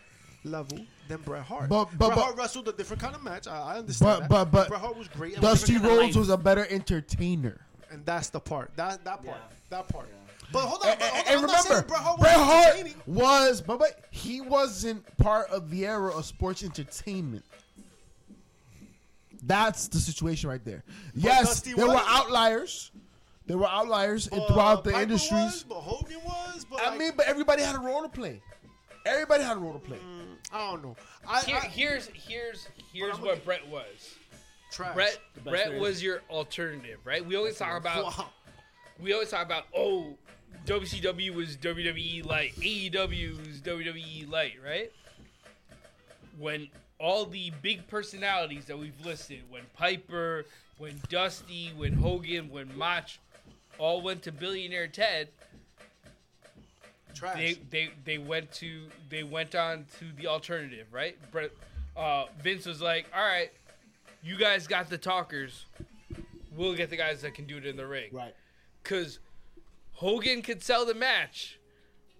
Speaker 3: level than Bret Hart.
Speaker 4: But- but-
Speaker 3: Bret
Speaker 4: but-
Speaker 3: Hart wrestled a different kind of match. I, I understand.
Speaker 4: But-
Speaker 3: that.
Speaker 4: but- but-
Speaker 3: Bret Hart was great. at
Speaker 4: Dusty
Speaker 3: different-
Speaker 4: Rhodes was a better entertainer.
Speaker 3: and that's the part. That that part. That part. But hold on.
Speaker 4: And,
Speaker 3: But hold on.
Speaker 4: and
Speaker 3: I'm not saying
Speaker 4: remember,
Speaker 3: Bret Hart was
Speaker 4: Bret Hart
Speaker 3: entertaining.
Speaker 4: was, but, but he wasn't part of the era of sports entertainment. That's the situation right there. Yes,
Speaker 3: Dusty
Speaker 4: there were
Speaker 3: was.
Speaker 4: outliers. There were outliers and
Speaker 3: Uh,
Speaker 4: throughout the
Speaker 3: Piper
Speaker 4: industries.
Speaker 3: was, but Hogan was. But
Speaker 4: I
Speaker 3: like,
Speaker 4: mean, but everybody had a role to play. Everybody had a role to play.
Speaker 3: I don't know. I,
Speaker 2: Here,
Speaker 3: I
Speaker 2: here's here's here's
Speaker 3: I'm
Speaker 2: what Brett was.
Speaker 3: trash.
Speaker 2: Brett
Speaker 1: best there
Speaker 2: Brett
Speaker 1: is.
Speaker 2: was your alternative, right? We always talk about
Speaker 3: Wow.
Speaker 2: we always talk about oh WCW was WWE light, AEW was WWE light, right? When all the big personalities that we've listed, when Piper, when Dusty, when Hogan, when Mach, all went to billionaire Ted,
Speaker 3: Trash.
Speaker 2: they they they went to they went on to the alternative, right? Brett, uh, Vince was like, "All right, you guys got the talkers. We'll get the guys that can do it in the ring."
Speaker 1: Right.
Speaker 2: Because Hogan could sell the match,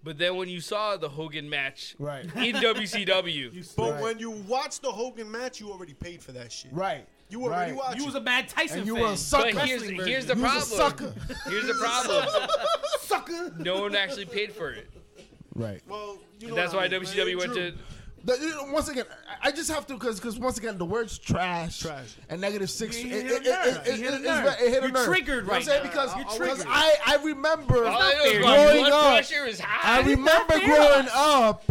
Speaker 2: but then when you saw the Hogan match
Speaker 4: Right.
Speaker 2: in WCW,
Speaker 3: but
Speaker 4: Right.
Speaker 3: when you watch the Hogan match, you already paid for that shit.
Speaker 4: Right.
Speaker 3: You already
Speaker 4: Right.
Speaker 3: watched.
Speaker 1: You
Speaker 3: it.
Speaker 1: was a Mad Tyson
Speaker 4: And you
Speaker 1: fan.
Speaker 4: were a sucker.
Speaker 2: But here's-
Speaker 4: Wrestling
Speaker 2: here's
Speaker 4: version.
Speaker 2: the
Speaker 4: You was a
Speaker 2: problem.
Speaker 4: sucker.
Speaker 2: here's the problem:
Speaker 1: sucker.
Speaker 2: no one actually paid for it.
Speaker 4: Right.
Speaker 3: Well, you know
Speaker 2: That's
Speaker 3: what
Speaker 2: why
Speaker 3: I mean,
Speaker 2: WCW
Speaker 3: man.
Speaker 2: went
Speaker 3: Drew.
Speaker 2: to
Speaker 4: The- you know, once again, I I just have to because because once again the words trash,
Speaker 3: Trash.
Speaker 4: and negative six.
Speaker 1: You
Speaker 4: It
Speaker 1: hit
Speaker 4: it-
Speaker 1: a
Speaker 4: it-
Speaker 1: nerve.
Speaker 4: it-
Speaker 1: You
Speaker 4: it-
Speaker 1: hit a
Speaker 4: it-
Speaker 1: nerve.
Speaker 4: it's- it hit a
Speaker 1: You're
Speaker 4: nerve.
Speaker 1: triggered
Speaker 4: You know what
Speaker 1: right
Speaker 4: I'm saying?
Speaker 1: now.
Speaker 4: because
Speaker 1: You're
Speaker 4: because
Speaker 1: triggered.
Speaker 4: I I remember
Speaker 2: all I know is my
Speaker 4: growing
Speaker 2: blood
Speaker 4: up.
Speaker 2: pressure is
Speaker 4: I
Speaker 2: high.
Speaker 4: remember
Speaker 1: fair.
Speaker 4: growing up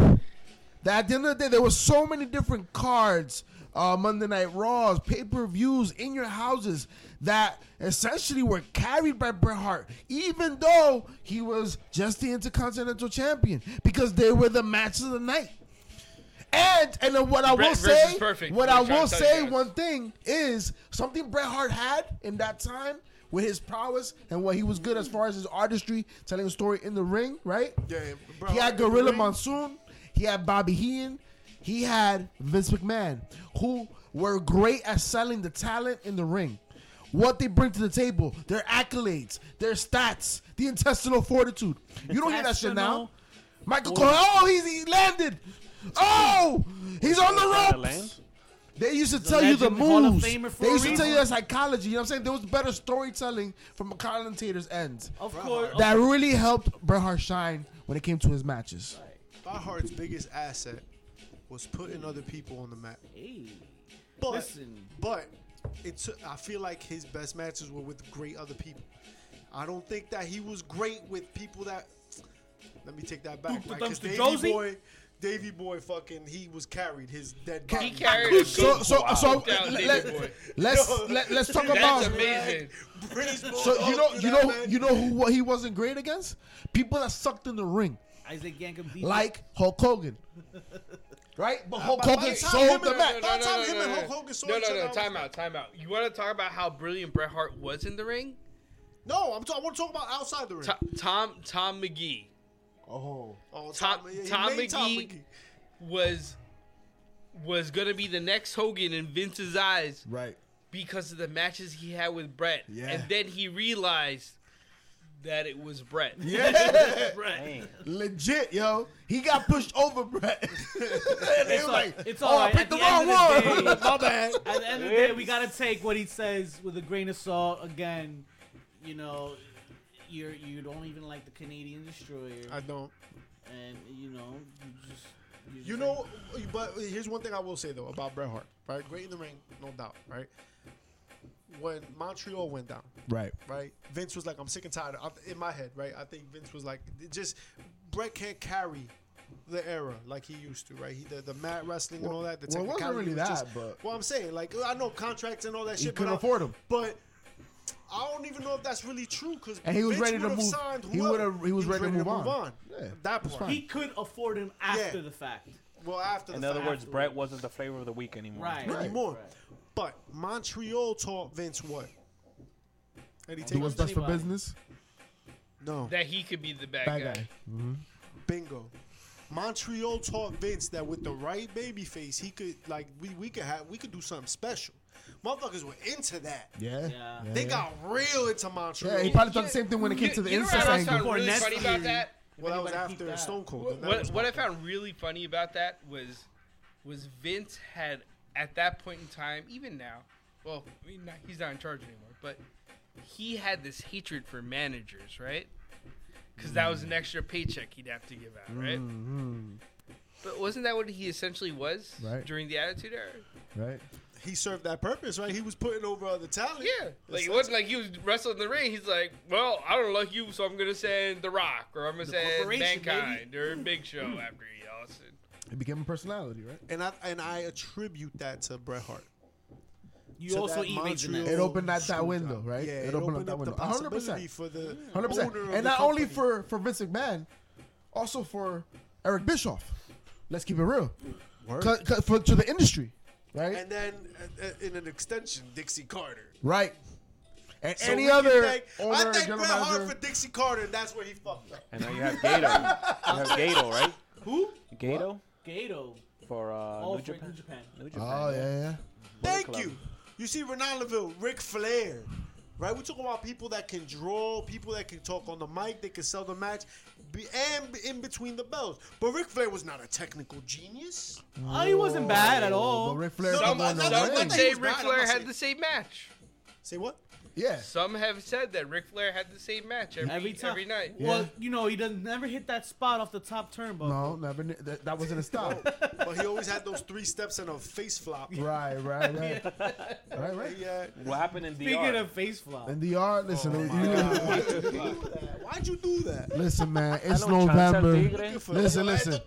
Speaker 4: that at the end of the day there were so many different cards, uh, Monday Night Raws, pay per views in your houses that essentially were carried by Bret Hart, even though he was just the Intercontinental Champion because they were the match of the night. And and then what I
Speaker 2: Bret
Speaker 4: will
Speaker 2: versus
Speaker 4: say,
Speaker 2: Perfect,
Speaker 4: what
Speaker 2: we're
Speaker 4: I
Speaker 2: trying to
Speaker 4: will
Speaker 2: tell you
Speaker 4: say,
Speaker 2: guys.
Speaker 4: one thing is something Bret Hart had in that time with his prowess and what he was good as far as his artistry, telling a story in the ring, right?
Speaker 3: Yeah, bro,
Speaker 4: he had
Speaker 3: in the
Speaker 4: Gorilla
Speaker 3: ring.
Speaker 4: Monsoon, he had Bobby Heenan, he had Vince McMahon, who were great at selling the talent in the ring. What they bring to the table, their accolades, their stats, the intestinal fortitude. You don't hear that shit now.
Speaker 1: Intestinal
Speaker 4: Michael Cole, oh, he's, he landed. Oh, he's on the
Speaker 5: lane?
Speaker 4: ropes. They used to tell you the
Speaker 1: legend, Hall of
Speaker 4: moves.
Speaker 1: Famer for
Speaker 4: They
Speaker 1: a
Speaker 4: used to
Speaker 1: reason.
Speaker 4: tell you that psychology. You know what I'm saying? There was better storytelling from a commentator's end.
Speaker 1: Of course.
Speaker 4: That really helped Bret Hart shine when it came to his matches.
Speaker 3: Bret Hart's biggest asset was putting other people on the map.
Speaker 1: Hey,
Speaker 3: But,
Speaker 1: Listen.
Speaker 3: but it's. I feel like his best matches were with great other people. I don't think that he was great with people that. Let me take that back.
Speaker 1: Duke the
Speaker 3: Like, 'cause
Speaker 1: Dumpster
Speaker 3: Davey
Speaker 1: Josie?
Speaker 3: boy, Davey boy, fucking, he was carried. His dead body.
Speaker 2: He carried a
Speaker 4: So, so,
Speaker 5: Wow.
Speaker 4: so
Speaker 2: Down,
Speaker 4: let,
Speaker 2: baby
Speaker 4: let,
Speaker 2: boy.
Speaker 4: let's let, let's talk
Speaker 2: That's
Speaker 4: about.
Speaker 2: amazing.
Speaker 3: British
Speaker 4: So you know
Speaker 3: Bulldog,
Speaker 4: you
Speaker 3: that
Speaker 4: know
Speaker 3: man.
Speaker 4: you know who what he wasn't great against? People that sucked in the ring,
Speaker 1: Isaac Yankem beat
Speaker 4: like Hulk Hogan. Right, but Hulk
Speaker 3: by- by
Speaker 4: Hogan
Speaker 3: the time him
Speaker 4: sold
Speaker 3: and
Speaker 4: the
Speaker 3: the-
Speaker 4: match.
Speaker 3: By the time him and Hulk Hogan saw
Speaker 2: no,
Speaker 3: each
Speaker 2: no,
Speaker 3: other, I
Speaker 2: no,
Speaker 3: was
Speaker 2: time
Speaker 3: like-
Speaker 2: out, time out. You want to talk about how brilliant Bret Hart was in the ring?
Speaker 3: No, I'm. T- I want to talk about outside the ring.
Speaker 2: To- Tom Tom McGee
Speaker 4: Oh,
Speaker 3: oh,
Speaker 2: Tom-
Speaker 3: yeah, he
Speaker 2: Tom
Speaker 3: made
Speaker 2: McGee. was was gonna be the next Hogan in Vince's eyes
Speaker 4: right.
Speaker 2: because of the matches he had with Brett.
Speaker 4: Yeah.
Speaker 2: And then he realized that it was Brett.
Speaker 4: Yeah,
Speaker 2: Brett.
Speaker 5: Damn.
Speaker 4: legit, yo. He got pushed over, Brett. and they
Speaker 1: It's
Speaker 4: were
Speaker 1: all-
Speaker 4: like,
Speaker 1: it's
Speaker 4: "Oh,
Speaker 1: all
Speaker 4: I
Speaker 1: right.
Speaker 4: picked
Speaker 1: At
Speaker 4: the
Speaker 1: the
Speaker 4: wrong
Speaker 1: end of the
Speaker 4: one.
Speaker 1: day-
Speaker 4: My bad."
Speaker 1: At the end of the day, we gotta take what he says with a grain of salt. Again, you know, you're you don't even like the Canadian destroyer,
Speaker 3: I don't.
Speaker 1: and you know, you just just
Speaker 3: You know, but here's one thing I will say though about Bret Hart, right? Great in the ring, no doubt, right? When Montreal went down,
Speaker 4: Right.
Speaker 3: right? Vince was like, "I'm sick and tired." Of, in my head, right? I think Vince was like, it "Just Bret can't carry the era like he used to, right? He the, the mad wrestling and all that. The
Speaker 4: Well, it wasn't
Speaker 3: technicality
Speaker 4: really
Speaker 3: was
Speaker 4: that,
Speaker 3: just-
Speaker 4: but-
Speaker 3: well, I'm saying like I know contracts and all that
Speaker 4: He
Speaker 3: shit,
Speaker 4: couldn't
Speaker 3: but I-
Speaker 4: afford 'em.
Speaker 3: But I don't even know if that's really true because
Speaker 4: And he was ready to move-
Speaker 3: Signed
Speaker 4: he
Speaker 3: whoever.
Speaker 4: would've- he was ready to move on. Yeah,
Speaker 3: that
Speaker 4: that's
Speaker 3: point.
Speaker 1: he could afford him after the fact,
Speaker 3: well, after
Speaker 5: In
Speaker 3: the
Speaker 5: other
Speaker 3: fact,
Speaker 5: words, Brett wasn't the flavor of the week anymore.
Speaker 1: right?
Speaker 4: Right.
Speaker 3: anymore.
Speaker 1: right.
Speaker 3: But Montreal taught Vince what? And he
Speaker 4: Do
Speaker 3: takes
Speaker 4: what's best for
Speaker 1: anybody.
Speaker 4: business.
Speaker 3: no
Speaker 2: That he could be the bad,
Speaker 4: Bad
Speaker 2: guy.
Speaker 4: guy.
Speaker 3: bingo. Montreal taught Vince that with the right baby face, he could like we, we could have we could do something special. Motherfuckers were into that.
Speaker 4: Yeah.
Speaker 1: Yeah.
Speaker 3: They
Speaker 4: yeah.
Speaker 3: got real into Montreal.
Speaker 4: Yeah, he probably thought the same thing when it came to the
Speaker 2: you know
Speaker 4: incest
Speaker 2: what I found
Speaker 4: angle.
Speaker 2: really
Speaker 1: Cornette's
Speaker 2: funny about
Speaker 1: theory.
Speaker 2: that?
Speaker 3: well, that was
Speaker 1: Everybody keep
Speaker 3: after
Speaker 1: that.
Speaker 3: Stone Cold. and that
Speaker 2: What,
Speaker 3: was
Speaker 2: what I
Speaker 3: fucked up.
Speaker 2: found really funny about that was was Vince had at that point in time, even now, well, I mean, not- he's not in charge anymore, but he had this hatred for managers, right? Because that was an extra paycheck he'd have to give out, right? But wasn't that what he essentially was
Speaker 4: Right.
Speaker 2: during the Attitude Era?
Speaker 4: Right.
Speaker 3: he served that purpose, right? He was putting over other talent.
Speaker 2: Yeah, like it wasn't like he was wrestling in the ring. He's like, well, I don't like you, so I'm gonna send The Rock, or I'm gonna send
Speaker 1: corporation,
Speaker 2: Mankind, or Big Show after he lost it.
Speaker 4: It became a personality, right?
Speaker 3: and I and I attribute that to Bret Hart.
Speaker 1: You
Speaker 3: to
Speaker 1: also
Speaker 3: that
Speaker 1: eat Mason
Speaker 3: Montreal
Speaker 4: It opened up that
Speaker 3: screw
Speaker 4: window,
Speaker 3: job.
Speaker 4: right?
Speaker 3: Yeah,
Speaker 4: It
Speaker 3: it,
Speaker 4: opened
Speaker 3: opened,
Speaker 4: up that
Speaker 3: up
Speaker 4: window.
Speaker 3: the
Speaker 4: 100%.
Speaker 3: possibility for the
Speaker 4: Hundred percent.
Speaker 3: owner of
Speaker 4: And
Speaker 3: the
Speaker 4: not only
Speaker 3: company.
Speaker 4: for for Vince McMahon, also for Eric Bischoff. Let's keep it real. Cut, cut for, to the industry, right?
Speaker 3: and then uh, uh, in an extension, Dixie Carter.
Speaker 4: right. And
Speaker 3: So we
Speaker 4: any
Speaker 3: can
Speaker 4: other
Speaker 3: thank-
Speaker 4: owner,
Speaker 3: I thank
Speaker 4: general
Speaker 3: Bret Hart
Speaker 4: manager-
Speaker 3: for Dixie Carter, and that's where he fucked up.
Speaker 5: And now you have Gato. you have Gato, right?
Speaker 1: Who?
Speaker 5: Gato
Speaker 1: Gato.
Speaker 5: for uh,
Speaker 1: All
Speaker 5: New,
Speaker 1: for
Speaker 5: Japan.
Speaker 1: New Japan.
Speaker 5: New Japan.
Speaker 4: Oh yeah, yeah.
Speaker 3: Thank
Speaker 5: Club.
Speaker 3: you. You see, Ronaldoville, Ric Flair, right? We're talking about people that can draw, people that can talk on the mic, they can sell the match, be, and in between the bells. But Ric Flair was not a technical genius.
Speaker 1: Oh, he wasn't bad at all.
Speaker 4: But Ric Flair
Speaker 3: No,
Speaker 4: can
Speaker 2: Some,
Speaker 4: go in
Speaker 3: no,
Speaker 4: the
Speaker 3: no,
Speaker 2: some
Speaker 4: ring.
Speaker 2: would
Speaker 3: no,
Speaker 2: say
Speaker 3: He was
Speaker 2: Ric
Speaker 3: bad, I'm
Speaker 2: Flair
Speaker 3: not
Speaker 2: had
Speaker 3: saying-
Speaker 2: the same match.
Speaker 3: Say what?
Speaker 4: Yeah.
Speaker 2: Some have said that Ric Flair had the same match every,
Speaker 1: Every
Speaker 2: every,
Speaker 1: time.
Speaker 2: night.
Speaker 4: Yeah.
Speaker 1: Well, you know, he doesn't never hit that spot off the top turnbuckle.
Speaker 4: No, never. kn- That, that wasn't a stop.
Speaker 3: but he always had those three steps and a face flop.
Speaker 4: right, right, right, right, right.
Speaker 3: Yeah.
Speaker 5: What happened in
Speaker 1: Speaking
Speaker 5: DR?
Speaker 1: of face flop,
Speaker 4: And the art, listen,
Speaker 5: Oh
Speaker 4: you know-
Speaker 3: Why'd you do that?
Speaker 4: listen, man. It's
Speaker 5: Hello, Chantel
Speaker 4: November.
Speaker 5: Tigre.
Speaker 4: Listen, listen.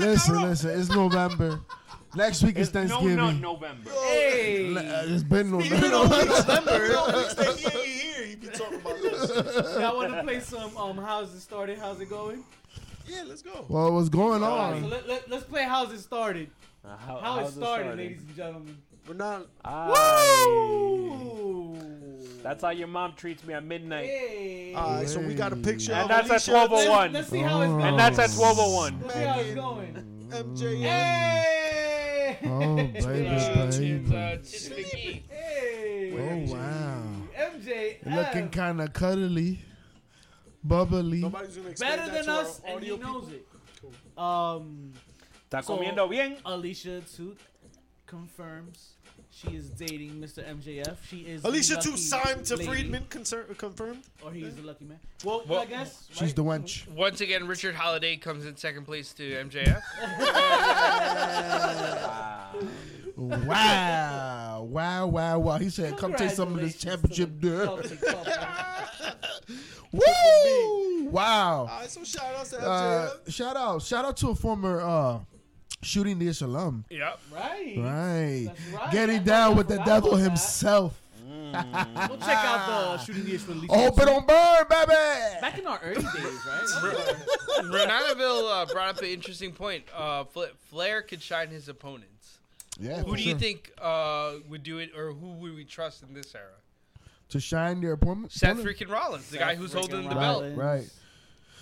Speaker 4: Listen, listen. It's November. Next week is Thanksgiving.
Speaker 5: No, not November.
Speaker 1: hey,
Speaker 4: Le- uh, it's been
Speaker 3: You know,
Speaker 4: November.
Speaker 3: you know, November. He ain't here. He be talking about this.
Speaker 1: y'all want to play some um, how's it started? How's it going?
Speaker 3: Yeah, let's go.
Speaker 4: well, what's going
Speaker 1: All right, so
Speaker 5: Oh,
Speaker 4: on?
Speaker 1: let, let, let's play how's it started.
Speaker 5: Now,
Speaker 1: How it
Speaker 5: Oh, how's
Speaker 1: started, ladies and gentlemen.
Speaker 3: We're not.
Speaker 5: Aye.
Speaker 1: Ooh.
Speaker 5: That's how your mom treats me at midnight.
Speaker 1: Hey.
Speaker 3: All right, so we got a picture
Speaker 5: And
Speaker 3: of
Speaker 5: that's at
Speaker 3: Alicia
Speaker 5: 1201.
Speaker 1: Let's see how it's
Speaker 4: Oh.
Speaker 1: going.
Speaker 5: And that's at 1201.
Speaker 1: Let's see how it's going.
Speaker 3: and MJ.
Speaker 1: Hey.
Speaker 4: Oh,
Speaker 2: Uh,
Speaker 4: baby,
Speaker 2: it's, uh,
Speaker 4: baby.
Speaker 2: Tits McGee.
Speaker 1: Hey.
Speaker 4: Oh, wow.
Speaker 1: MJ.
Speaker 4: Looking kind of cuddly, bubbly.
Speaker 3: Nobody's gonna explain
Speaker 1: better
Speaker 3: that
Speaker 1: than
Speaker 3: to our
Speaker 1: us, and he
Speaker 3: audio
Speaker 1: knows it. Um,
Speaker 5: Está
Speaker 1: So-
Speaker 5: comiendo bien.
Speaker 1: Alicia Toot confirms she is dating Mr. MJF. She is
Speaker 3: people. Alicia
Speaker 1: the
Speaker 3: too
Speaker 1: lucky
Speaker 3: signed to
Speaker 1: lady,
Speaker 3: Friedman concern, confirmed.
Speaker 1: or he is the lucky man. Well,
Speaker 2: Well,
Speaker 1: I guess
Speaker 4: She's the wench.
Speaker 2: Once again, Richard Holiday comes in second place to MJF.
Speaker 5: Ah,
Speaker 4: Wow, wow, wow, wow. He said, "Come take some of this championship, dude." Woo! Wow.
Speaker 3: All right, so shout out to
Speaker 4: Uh,
Speaker 3: MJF.
Speaker 4: shout out, shout out to a former uh, shooting the alum.
Speaker 2: yep.
Speaker 1: right.
Speaker 4: Right.
Speaker 1: That's right.
Speaker 4: Getting
Speaker 1: I
Speaker 4: down
Speaker 1: forgot
Speaker 4: with the
Speaker 1: about
Speaker 4: devil
Speaker 1: that.
Speaker 4: himself.
Speaker 1: We'll check out the shooting the with Alicia.
Speaker 4: Open
Speaker 1: Toot.
Speaker 4: on burn, baby.
Speaker 1: Back in our early days, right?
Speaker 2: Renataville uh, brought up an interesting point. Uh, Fla- Flair could shine his opponents.
Speaker 4: Yeah.
Speaker 2: Who
Speaker 4: for
Speaker 2: do you
Speaker 4: sure.
Speaker 2: think uh, would do it, or who would we trust in this era?
Speaker 4: to shine their opponent.
Speaker 2: Seth
Speaker 4: opponent?
Speaker 2: freaking Rollins, the guy who's
Speaker 5: freaking
Speaker 2: holding the
Speaker 1: Rollins.
Speaker 2: belt,
Speaker 4: Right.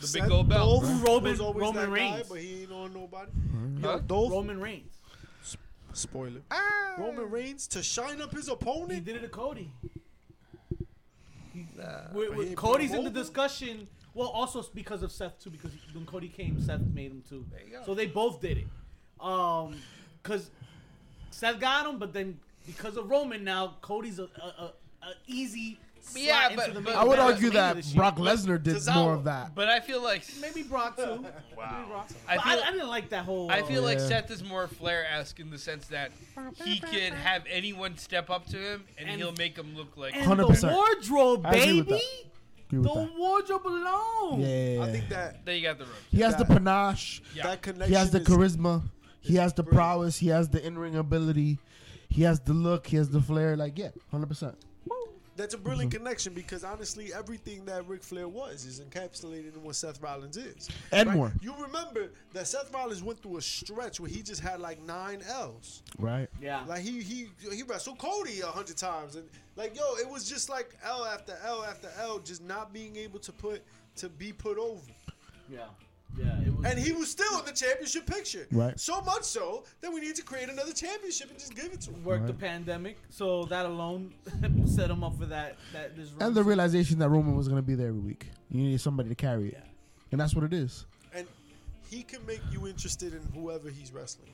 Speaker 2: the big gold belt.
Speaker 1: Dolph Roman,
Speaker 3: was always
Speaker 1: Roman
Speaker 3: that guy,
Speaker 1: Reigns.
Speaker 3: but he ain't on nobody.
Speaker 2: Huh?
Speaker 4: Hmm.
Speaker 3: Yo, Dolph.
Speaker 1: Roman Reigns.
Speaker 3: spoiler.
Speaker 2: Ah.
Speaker 3: Roman Reigns to shine up his
Speaker 1: He
Speaker 3: opponent.
Speaker 1: did it to Cody. He-
Speaker 2: Nah,
Speaker 1: we-
Speaker 3: but
Speaker 1: we-
Speaker 3: he ain't
Speaker 1: Cody's
Speaker 3: put him
Speaker 1: in the
Speaker 3: over.
Speaker 1: discussion. Well, also s- because of Seth too. Because when Cody came, Seth made him too.
Speaker 2: There you go.
Speaker 1: So they both did it. Um, cause Seth got him, but then because of Roman now, Cody's a, a, a, a easy slot
Speaker 2: Yeah,
Speaker 1: into
Speaker 2: but-
Speaker 1: the
Speaker 2: but-
Speaker 1: main
Speaker 4: I would
Speaker 1: event.
Speaker 4: argue
Speaker 1: Maybe
Speaker 4: that
Speaker 1: this
Speaker 4: Brock
Speaker 1: year.
Speaker 4: Lesnar did
Speaker 3: Cesaro.
Speaker 4: more of that.
Speaker 2: But I feel like
Speaker 1: maybe Brock too. wow.
Speaker 2: I
Speaker 1: I,
Speaker 2: feel-
Speaker 1: I, didn't like that whole.
Speaker 2: I
Speaker 5: Oh,
Speaker 2: feel like
Speaker 4: Yeah.
Speaker 2: Seth is more Flair-esque in the sense that he can have anyone step up to him and,
Speaker 1: And-
Speaker 2: he'll make him look like.
Speaker 1: and
Speaker 4: 100%.
Speaker 1: the wardrobe,
Speaker 4: I agree with
Speaker 1: baby.
Speaker 4: Agree with
Speaker 1: The
Speaker 4: that.
Speaker 1: wardrobe alone.
Speaker 4: Yeah.
Speaker 3: I think that
Speaker 2: There you got the ropes.
Speaker 4: he has the
Speaker 3: that-
Speaker 4: panache.
Speaker 2: Yeah.
Speaker 3: that connection.
Speaker 4: He has the
Speaker 3: is-
Speaker 4: charisma. He has the
Speaker 3: brilliant.
Speaker 4: prowess. He has the in-ring ability. He has the look. He has the flair. Like, yeah, 100%.
Speaker 3: That's a brilliant
Speaker 4: Mm-hmm.
Speaker 3: connection because honestly, everything that Ric Flair was is encapsulated in what Seth Rollins is.
Speaker 4: And more.
Speaker 3: You remember that Seth Rollins went through a stretch where he just had like nine L's.
Speaker 4: Right.
Speaker 1: Yeah.
Speaker 3: Like he he he wrestled Cody a hundred times, and like yo, it was just like L after L after L, just not being able to put to be put over.
Speaker 1: Yeah. Yeah. It was,
Speaker 3: And he was still in the championship picture,
Speaker 4: Right.
Speaker 3: So much so that we need to create another championship and just give it to him.
Speaker 1: worked the
Speaker 4: Right.
Speaker 1: pandemic, so that alone set him up for that. That this
Speaker 4: And the realization that Roman was going to be there every week. You need somebody to carry it. And that's what it is.
Speaker 3: And he can make you interested in whoever he's wrestling,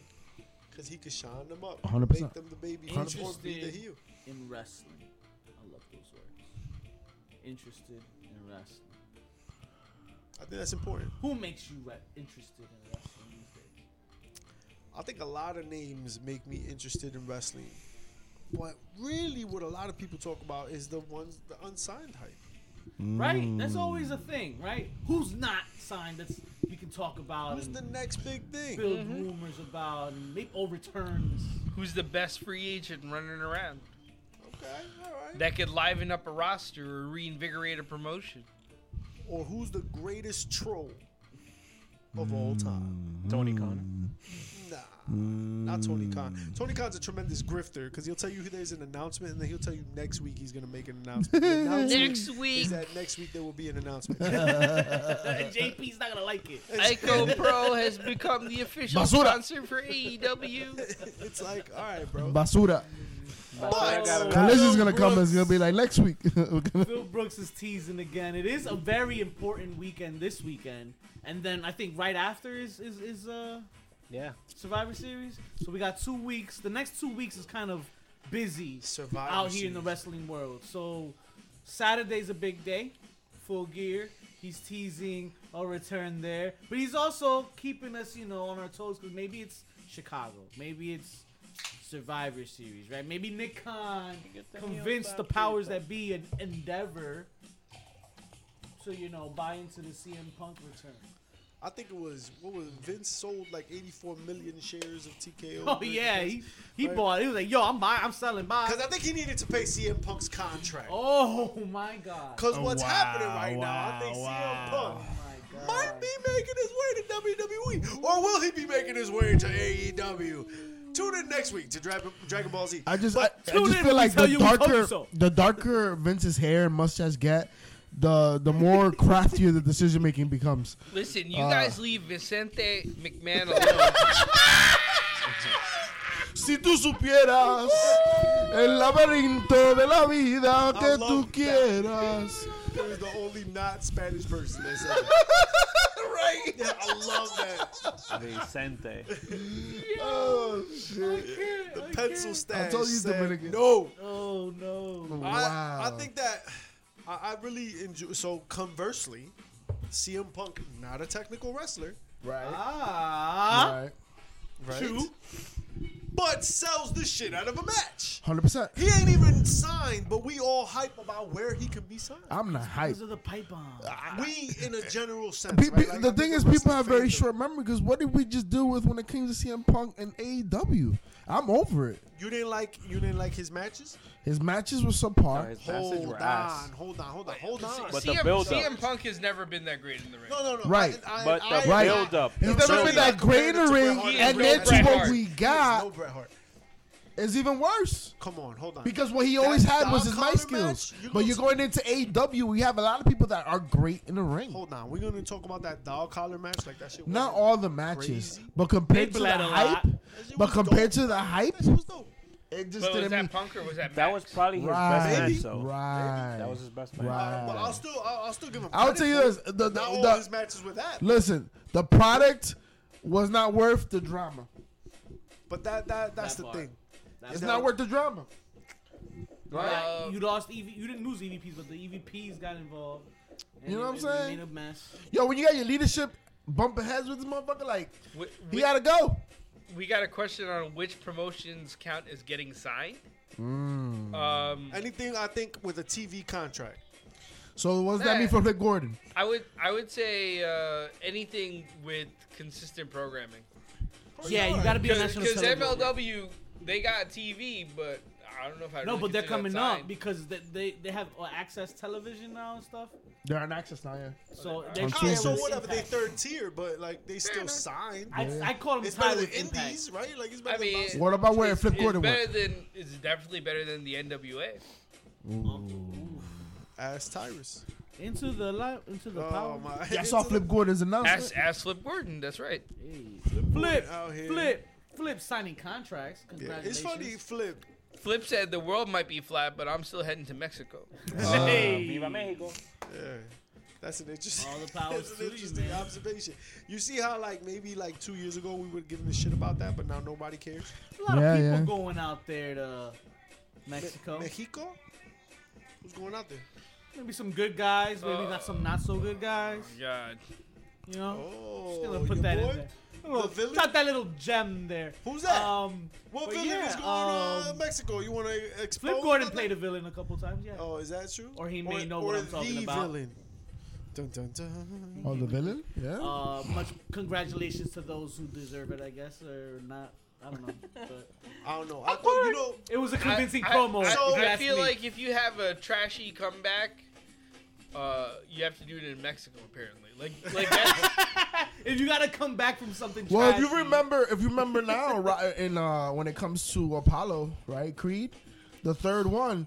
Speaker 3: because he can shine them up,
Speaker 4: 100%.
Speaker 3: make them the baby, face or be the
Speaker 1: Interested.
Speaker 3: heel.
Speaker 1: in wrestling. I love those words. Interested in wrestling.
Speaker 3: I think that's important.
Speaker 1: Who makes you re- interested in wrestling these days?
Speaker 3: I think a lot of names make me interested in wrestling, but really, what a lot of people talk about is the ones the unsigned hype.
Speaker 1: Right? That's always a
Speaker 4: Mm.
Speaker 1: thing, right? Who's not signed? That's we can talk about
Speaker 3: Who's
Speaker 1: and
Speaker 3: the next big thing?
Speaker 1: build rumors about and make all returns.
Speaker 2: Who's the best free agent running around
Speaker 3: Okay, all right.
Speaker 2: that could liven up a roster or reinvigorate a promotion?
Speaker 3: or who's the greatest troll of all
Speaker 1: Mm-hmm.
Speaker 3: time?
Speaker 5: Tony Khan.
Speaker 3: Nah, not Tony
Speaker 1: Mm.
Speaker 3: Khan. Tony Khan's a tremendous grifter because he'll tell you there's an announcement and then he'll tell you next week he's gonna make an announcement. The announcement
Speaker 2: Next week,
Speaker 3: is that next week there will be an announcement.
Speaker 1: and JP's not gonna like it.
Speaker 2: Ico Pro has become the official
Speaker 4: Basura.
Speaker 2: sponsor for E AEW.
Speaker 3: it's like, all right, bro.
Speaker 4: Basura.
Speaker 5: I got
Speaker 3: But
Speaker 5: it.
Speaker 4: Collision's going to come and it's going to be like, next week. we're gonna-
Speaker 1: Phil Brooks is teasing again. It is a very important weekend this weekend, and then I think right after is is is uh
Speaker 5: Yeah.
Speaker 1: Survivor Series. So we got two weeks. The next two weeks is kind of busy
Speaker 3: Survivor
Speaker 1: out here in the
Speaker 3: Series.
Speaker 1: wrestling world. So Saturday's a big day, full gear. He's teasing a return there, but he's also keeping us, you know, on our toes because maybe it's Chicago, maybe it's Survivor Series, right? Maybe Nick Khan convinced the powers that be an endeavor to, you know, buy into the CM Punk return.
Speaker 3: I think it was what was Vince sold like 84 million shares of TKO.
Speaker 1: Oh yeah, he, he
Speaker 3: Right.
Speaker 1: bought. it. He was like, "Yo, I'm buying. I'm selling. Buy."
Speaker 3: because I think he needed to pay CM Punk's contract.
Speaker 1: Oh my god.
Speaker 3: Because
Speaker 5: Oh,
Speaker 3: what's
Speaker 5: wow,
Speaker 3: happening right now, I
Speaker 5: wow,
Speaker 3: think
Speaker 5: wow.
Speaker 3: CM Punk
Speaker 1: Oh my god.
Speaker 3: might be making his way to WWE, or will he be making his way to AEW? Tune in next week to Dragon, Dragon Ball Z.
Speaker 4: I just, I, I
Speaker 3: But
Speaker 1: tune
Speaker 4: just
Speaker 1: in,
Speaker 4: feel
Speaker 1: we
Speaker 4: like
Speaker 1: tell
Speaker 4: the
Speaker 1: you, we told you
Speaker 4: darker,
Speaker 1: so.
Speaker 4: the darker Vince's hair and mustache get, the the more craftier the decision making becomes.
Speaker 2: Listen, you
Speaker 5: Uh,
Speaker 2: guys leave Vicente McMahon alone.
Speaker 4: Si tú supieras el laberinto de la vida que tú
Speaker 3: love that.
Speaker 4: quieras.
Speaker 3: he was the only not Spanish person that said right? Yeah, I love that.
Speaker 5: Vicente.
Speaker 4: Oh shit!
Speaker 3: The pencil stash.
Speaker 4: told you,
Speaker 3: said
Speaker 4: Dominican.
Speaker 3: No.
Speaker 1: Oh no.
Speaker 3: I, I think that I, I really enjoy. So conversely, CM Punk not a technical wrestler,
Speaker 4: right.
Speaker 1: Ah.
Speaker 4: right.
Speaker 3: right?
Speaker 1: True.
Speaker 3: But sells the shit out of a match.
Speaker 4: Hundred percent.
Speaker 3: He ain't even signed, but we all hype about where he can be signed.
Speaker 4: I'm not hyped.
Speaker 1: Those are the pipe bombs.
Speaker 3: Ah, we in a general sense.
Speaker 4: Pe-
Speaker 3: right?
Speaker 4: pe-
Speaker 3: Like,
Speaker 4: the
Speaker 3: I'm
Speaker 4: thing
Speaker 3: a
Speaker 4: is,
Speaker 3: wrestling
Speaker 4: people have very
Speaker 3: fan,
Speaker 4: short memory because what did we just deal with when it came to CM Punk and AEW? I'm over it.
Speaker 3: though. You didn't like you didn't like his matches.
Speaker 4: His matches were
Speaker 5: No,
Speaker 4: subpar.
Speaker 5: his passes
Speaker 3: Hold
Speaker 5: were
Speaker 3: on,
Speaker 5: ass.
Speaker 3: hold on, hold on, hold on.
Speaker 5: But the
Speaker 2: CM,
Speaker 5: build-up.
Speaker 2: CM Punk has never been that great in the ring.
Speaker 3: no, no, no.
Speaker 4: Right.
Speaker 3: I, I,
Speaker 5: But the
Speaker 3: I,
Speaker 4: Right.
Speaker 5: build-up.
Speaker 4: He's
Speaker 5: It's
Speaker 4: never
Speaker 5: no
Speaker 4: been that
Speaker 5: Bret
Speaker 4: great in the ring,
Speaker 2: Hart.
Speaker 4: and
Speaker 2: He is
Speaker 4: then
Speaker 2: no
Speaker 4: to
Speaker 2: Bret
Speaker 4: what
Speaker 2: Hart.
Speaker 4: we
Speaker 3: God.
Speaker 4: got
Speaker 3: No Bret Hart.
Speaker 4: is even worse.
Speaker 3: Come on, hold on.
Speaker 4: Because what he
Speaker 3: That
Speaker 4: always had was
Speaker 3: Dom
Speaker 4: his mic
Speaker 3: Collar
Speaker 4: skills.
Speaker 3: match, you
Speaker 4: but
Speaker 3: lose.
Speaker 4: you're going into AW, we have a lot of people that are great in the ring.
Speaker 3: hold on, we're gonna talk about that dog collar match like that shit. was-
Speaker 4: Not all the matches,
Speaker 3: Crazy.
Speaker 4: but compared
Speaker 1: They
Speaker 4: to the
Speaker 1: bled a lot.
Speaker 4: hype,
Speaker 3: That shit
Speaker 4: but
Speaker 3: was
Speaker 4: compared
Speaker 3: dope.
Speaker 4: to the hype,
Speaker 3: That shit was dope.
Speaker 4: it
Speaker 2: But
Speaker 4: just
Speaker 2: was
Speaker 4: didn't mean
Speaker 2: that Punk or was that
Speaker 5: That was
Speaker 2: Max?
Speaker 5: probably his
Speaker 4: right,
Speaker 5: best match,
Speaker 3: Maybe.
Speaker 5: though.
Speaker 4: right.
Speaker 5: That was his best match.
Speaker 4: Right.
Speaker 3: Well, I'll still, I'll, I'll still give him.
Speaker 4: I'll
Speaker 3: credit
Speaker 4: tell you
Speaker 3: for
Speaker 4: this:
Speaker 3: it.
Speaker 4: the, the,
Speaker 3: Not all
Speaker 4: the-
Speaker 3: his matches were that,
Speaker 4: listen, the product was not worth the drama.
Speaker 3: but that, that, that's
Speaker 1: That
Speaker 3: the
Speaker 1: part.
Speaker 3: thing.
Speaker 4: It's not worth the drama.
Speaker 1: Right.
Speaker 2: Uh,
Speaker 1: you lost EV. You didn't lose EVPs, but the EVPs got involved. and
Speaker 4: You know
Speaker 1: it-
Speaker 4: what I'm
Speaker 1: it
Speaker 4: saying?
Speaker 1: Made a mess.
Speaker 4: Yo, when you got your leadership bumping heads with this motherfucker, like
Speaker 2: We,
Speaker 4: he
Speaker 2: we,
Speaker 4: gotta go.
Speaker 2: we got a question on which promotions count as getting signed.
Speaker 4: Hmm.
Speaker 2: Um,
Speaker 3: Anything I think with a TV contract.
Speaker 4: So what does that mean
Speaker 2: Yeah.
Speaker 4: for Rick Gordon?
Speaker 2: I would I would say uh, anything with consistent programming.
Speaker 1: Yeah, you gotta be a national
Speaker 2: Because
Speaker 1: celebrity.
Speaker 2: MLW they got TV, but I don't know if I
Speaker 1: No,
Speaker 2: really
Speaker 1: but they're
Speaker 2: consider that
Speaker 1: coming up
Speaker 2: signed.
Speaker 1: because they, they they have uh, access television now and stuff.
Speaker 4: They're on access now, yeah.
Speaker 1: So
Speaker 2: they
Speaker 1: they're
Speaker 4: are.
Speaker 3: All right,
Speaker 1: trying
Speaker 3: so
Speaker 1: to
Speaker 3: whatever, they
Speaker 1: impact.
Speaker 3: third tier, but like they still signed.
Speaker 1: I, I call them
Speaker 3: It's
Speaker 1: tied
Speaker 3: better than
Speaker 1: with impact.
Speaker 3: Indies, right? Like it's better
Speaker 2: I mean-
Speaker 3: than. Bounce-
Speaker 4: What about where
Speaker 2: It's-
Speaker 4: Flip
Speaker 2: it's
Speaker 4: Gordon
Speaker 2: better
Speaker 4: went?
Speaker 2: than it's definitely better than the NWA.
Speaker 3: Ass Tyrus.
Speaker 1: Into the light, into the power.
Speaker 3: Oh my!
Speaker 4: Yeah, I saw Flip Gordon's announcement.
Speaker 2: Ask, ask Flip Gordon. That's right.
Speaker 1: Hey. Flip,
Speaker 3: out here.
Speaker 1: flip, flip, signing contracts.
Speaker 3: Yeah,
Speaker 1: Congratulations.
Speaker 3: it's funny, Flip.
Speaker 2: Flip said the world might be flat, but I'm still heading to Mexico.
Speaker 5: Hey. Uh, Viva Mexico.
Speaker 3: Yeah. That's an interesting,
Speaker 1: All the powers
Speaker 3: that's
Speaker 1: to
Speaker 3: an
Speaker 1: you,
Speaker 3: interesting
Speaker 1: man.
Speaker 3: observation. You see how like maybe like two years ago we were giving a shit about that, but now nobody cares.
Speaker 1: A lot
Speaker 4: Yeah,
Speaker 1: of people
Speaker 4: yeah.
Speaker 1: going out there to Mexico.
Speaker 3: Mexico, who's going out there?
Speaker 1: Maybe some good guys, maybe
Speaker 2: Uh,
Speaker 1: not some not so good guys.
Speaker 2: God.
Speaker 1: You know, just
Speaker 3: Oh,
Speaker 1: gonna put
Speaker 3: your
Speaker 1: that
Speaker 3: boy?
Speaker 1: in there. A little-
Speaker 3: villain?
Speaker 1: Drop that little gem there.
Speaker 3: Who's that?
Speaker 1: Um,
Speaker 3: what
Speaker 1: but
Speaker 3: villain
Speaker 1: yeah,
Speaker 3: is going on
Speaker 1: um,
Speaker 3: in Mexico? You want to expose?
Speaker 1: Flip Gordon
Speaker 3: that?
Speaker 1: played a villain a couple times. Yeah.
Speaker 3: Oh, is that true?
Speaker 1: Or he may know what
Speaker 3: or
Speaker 1: I'm talking
Speaker 3: the
Speaker 1: about.
Speaker 3: Villain. Dun, dun, dun.
Speaker 4: Oh, the villain? Yeah.
Speaker 1: Uh, much congratulations to those who deserve it, I guess, or not. I don't know. But
Speaker 3: I don't know. I thought you know.
Speaker 1: it was a convincing
Speaker 2: I, I-
Speaker 1: promo.
Speaker 2: I,
Speaker 1: if you
Speaker 2: I
Speaker 1: ask
Speaker 2: feel
Speaker 1: me.
Speaker 2: like if you have a trashy comeback, uh, you have to do it in Mexico. Apparently, like like that's,
Speaker 1: if you gotta come back from something.
Speaker 4: Well, if
Speaker 1: trashy,
Speaker 4: you remember, if you remember now, right, in uh, when it comes to Apollo, right, Creed, the third one,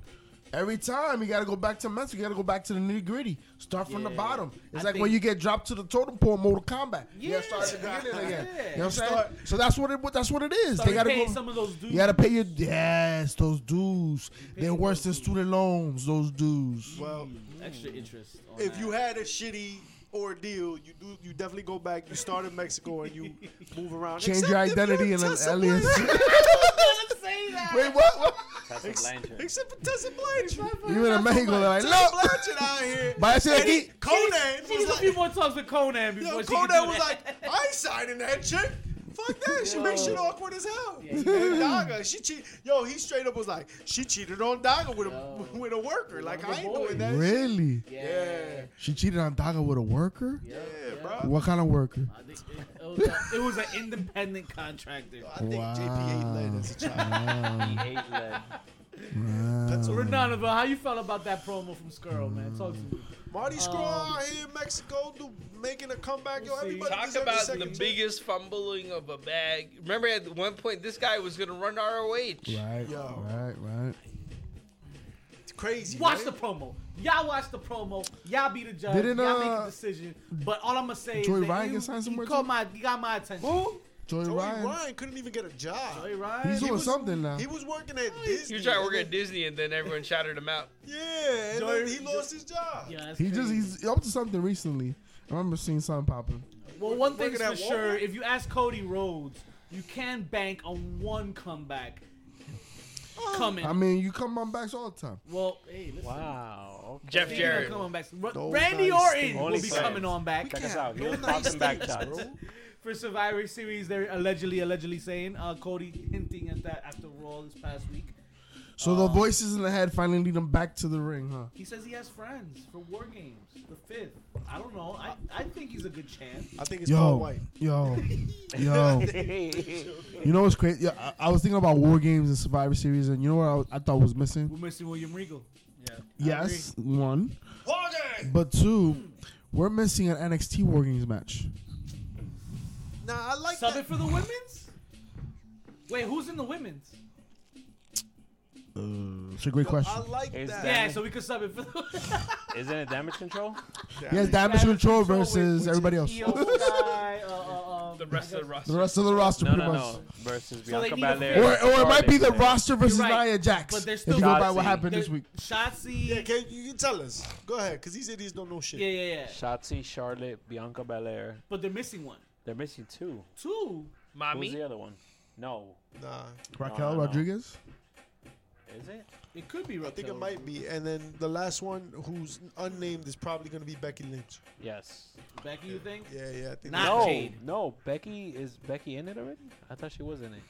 Speaker 4: every time you got to go back to Mexico, you got to go back to the nitty gritty, start from the
Speaker 1: Yeah.
Speaker 4: bottom. It's
Speaker 1: I
Speaker 4: like when
Speaker 1: think-
Speaker 4: you get dropped to the totem pole, in Mortal Kombat. Yeah, you
Speaker 1: Yeah.
Speaker 4: gotta start at the beginning again. You know what I'm saying?
Speaker 3: Start-
Speaker 4: so that's what it. That's what it is.
Speaker 1: Start
Speaker 4: they gotta
Speaker 1: paying
Speaker 4: go.
Speaker 1: some of those dudes.
Speaker 4: you gotta pay your yes, those dues.
Speaker 1: pay
Speaker 4: They're worse than
Speaker 1: those
Speaker 4: student loans. Those dues.
Speaker 3: Well,
Speaker 1: extra interest. on
Speaker 3: if
Speaker 1: that.
Speaker 3: you had a shitty ordeal, you do you definitely go back. You start in Mexico and you move around.
Speaker 4: Change
Speaker 3: Except
Speaker 4: your
Speaker 3: if
Speaker 4: identity
Speaker 3: you're
Speaker 4: and an
Speaker 3: Tessa
Speaker 4: alias.
Speaker 3: Blanchard.
Speaker 4: Wait, what? what?
Speaker 5: Casablanca.
Speaker 3: Except for Tessa Blanchard.
Speaker 4: You in Mexico? They're like,
Speaker 3: Tessa
Speaker 4: look,
Speaker 3: Blanchard out here.
Speaker 4: vaya
Speaker 3: And he-
Speaker 4: aquí.
Speaker 3: Conan
Speaker 1: She needs a
Speaker 3: was
Speaker 1: few
Speaker 3: like,
Speaker 1: more talks with Conan before
Speaker 3: yo,
Speaker 1: she can
Speaker 3: Conan
Speaker 1: do
Speaker 3: was
Speaker 1: that.
Speaker 3: like, I ain't signing that chick. Fuck that. She makes shit awkward as hell.
Speaker 1: Yeah,
Speaker 3: And
Speaker 1: you gotta-
Speaker 3: Daga, she cheat. Yo, he straight up was like, she cheated on Daga with
Speaker 1: Yo.
Speaker 3: a with a worker. Like I ain't doing that. shit.
Speaker 4: Really?
Speaker 1: yeah,
Speaker 4: She cheated on Daga with a worker?
Speaker 1: yeah,
Speaker 3: Yeah, bro.
Speaker 4: What kind of worker?
Speaker 1: I think it, it, was a, it was an independent contractor.
Speaker 3: I think JP8 led as a child.
Speaker 5: Eight leg.
Speaker 4: Oh.
Speaker 3: That's what
Speaker 1: Renanova, how you felt about that promo from Skrull, man? Talk to me.
Speaker 3: Marty Scrawl out here in Mexico do, making a comeback. Yo,
Speaker 1: We'll Oh. see.
Speaker 3: everybody
Speaker 2: talk
Speaker 3: deserve a
Speaker 2: about
Speaker 3: second
Speaker 2: the
Speaker 3: chance.
Speaker 2: biggest fumbling of a bag. Remember at one point this guy was gonna run ROH.
Speaker 4: Right,
Speaker 3: Yo.
Speaker 4: right, right.
Speaker 3: It's
Speaker 4: Mm.
Speaker 3: crazy.
Speaker 1: Watch
Speaker 3: right?
Speaker 1: the promo. Y'all watch the promo. Y'all be the judge.
Speaker 4: Didn't,
Speaker 1: Y'all make
Speaker 4: uh,
Speaker 1: a decision. But all I'm gonna say is
Speaker 4: Joey
Speaker 1: that
Speaker 4: Ryan
Speaker 1: you,
Speaker 4: get signed
Speaker 1: you
Speaker 4: somewhere,
Speaker 1: caught
Speaker 4: too?
Speaker 1: my, you got my attention.
Speaker 4: Joey,
Speaker 3: Joey Ryan.
Speaker 4: Ryan.
Speaker 3: couldn't even get a job.
Speaker 1: Joey Ryan.
Speaker 4: He's
Speaker 3: He
Speaker 4: doing
Speaker 3: was-
Speaker 4: something now.
Speaker 3: He was working at Disney.
Speaker 2: He was trying to
Speaker 3: and
Speaker 2: work at
Speaker 3: then-
Speaker 2: Disney, and then everyone shouted him out.
Speaker 3: Yeah, and
Speaker 1: Joey-
Speaker 3: then he lost his job.
Speaker 1: Yeah, that's
Speaker 4: He
Speaker 1: crazy.
Speaker 4: just he's up to something recently. I remember seeing something popping.
Speaker 1: Well, one thing's
Speaker 3: Working
Speaker 1: for
Speaker 3: at
Speaker 1: sure,
Speaker 3: Walmart?
Speaker 1: if you ask Cody Rhodes, you can bank on one comeback coming.
Speaker 4: I mean, you come on backs all the time.
Speaker 1: well, hey, listen.
Speaker 5: Wow. Okay.
Speaker 2: Jeff
Speaker 1: Speaking of
Speaker 2: Jarrett.
Speaker 1: coming backs, Ra-
Speaker 3: Those
Speaker 1: Randy
Speaker 3: nice
Speaker 1: Orton
Speaker 3: things.
Speaker 1: will
Speaker 5: Only
Speaker 1: be
Speaker 5: fans.
Speaker 1: coming on back
Speaker 5: Check us
Speaker 3: Yeah,
Speaker 5: out.
Speaker 3: no
Speaker 5: You're
Speaker 3: nice
Speaker 5: popping back
Speaker 3: things,
Speaker 5: shots.
Speaker 3: bro.
Speaker 1: for Survivor Series. They're allegedly, allegedly saying uh, Cody hinting at that after Raw this past week.
Speaker 4: So the voices in the head finally lead him back to the ring, huh?
Speaker 1: He says he has friends for War Games, the fifth. I don't know. I, I think he's a good champ.
Speaker 3: I think it's Paul
Speaker 4: Yo,
Speaker 3: White.
Speaker 4: yo, yo. You know what's crazy? Yeah, I, I was thinking about war games and Survivor Series, and you know what I, was- I thought was missing?
Speaker 1: We're missing William Regal.
Speaker 4: Yes, one,
Speaker 3: Wargame!
Speaker 4: but two, we're missing an NXT war games match.
Speaker 3: Nah, I like
Speaker 1: Sub
Speaker 3: that.
Speaker 1: it for the women's. Wait, who's in the women's?
Speaker 4: Uh, it's a great
Speaker 3: I
Speaker 4: question.
Speaker 3: like
Speaker 5: Is
Speaker 3: that.
Speaker 1: Yeah, so we could sub it for
Speaker 5: Isn't it damage control?
Speaker 4: Yes, damage control versus everybody else.
Speaker 1: EO Sky, uh, uh, um,
Speaker 2: The rest of the roster.
Speaker 4: The rest of the roster,
Speaker 5: No,
Speaker 4: pretty
Speaker 5: no,
Speaker 4: much.
Speaker 5: no. Versus
Speaker 1: So they
Speaker 5: Bianca
Speaker 1: need a
Speaker 5: Belair.
Speaker 4: Or, or it might be the
Speaker 5: Charlotte.
Speaker 4: roster versus
Speaker 1: You're right.
Speaker 4: Nia Jax.
Speaker 1: But they're
Speaker 4: If
Speaker 1: still-
Speaker 4: you go by what
Speaker 5: Shotzi.
Speaker 4: happened this
Speaker 1: the-
Speaker 4: week.
Speaker 1: Shotzi.
Speaker 3: Yeah, can you can tell us? Go ahead, cause these idiots don't know shit.
Speaker 1: yeah, yeah, yeah.
Speaker 5: Shotzi, Charlotte, Bianca Belair.
Speaker 1: But they're missing one.
Speaker 5: They're missing two.
Speaker 1: Two.
Speaker 5: Who's
Speaker 2: Mommy.
Speaker 5: the other one? No.
Speaker 3: Nah,
Speaker 4: Raquel
Speaker 5: no, no.
Speaker 4: Rodriguez.
Speaker 5: Is it?
Speaker 1: It could be
Speaker 3: I
Speaker 1: Raquel.
Speaker 3: think it might be. And then the last one, who's unnamed, is probably gonna be Becky Lynch.
Speaker 5: Yes.
Speaker 1: Becky, you think?
Speaker 3: Yeah, yeah. I think
Speaker 1: Nah. Not
Speaker 5: no,
Speaker 1: Jade.
Speaker 5: no. Becky is Becky in it already? I thought she was in it.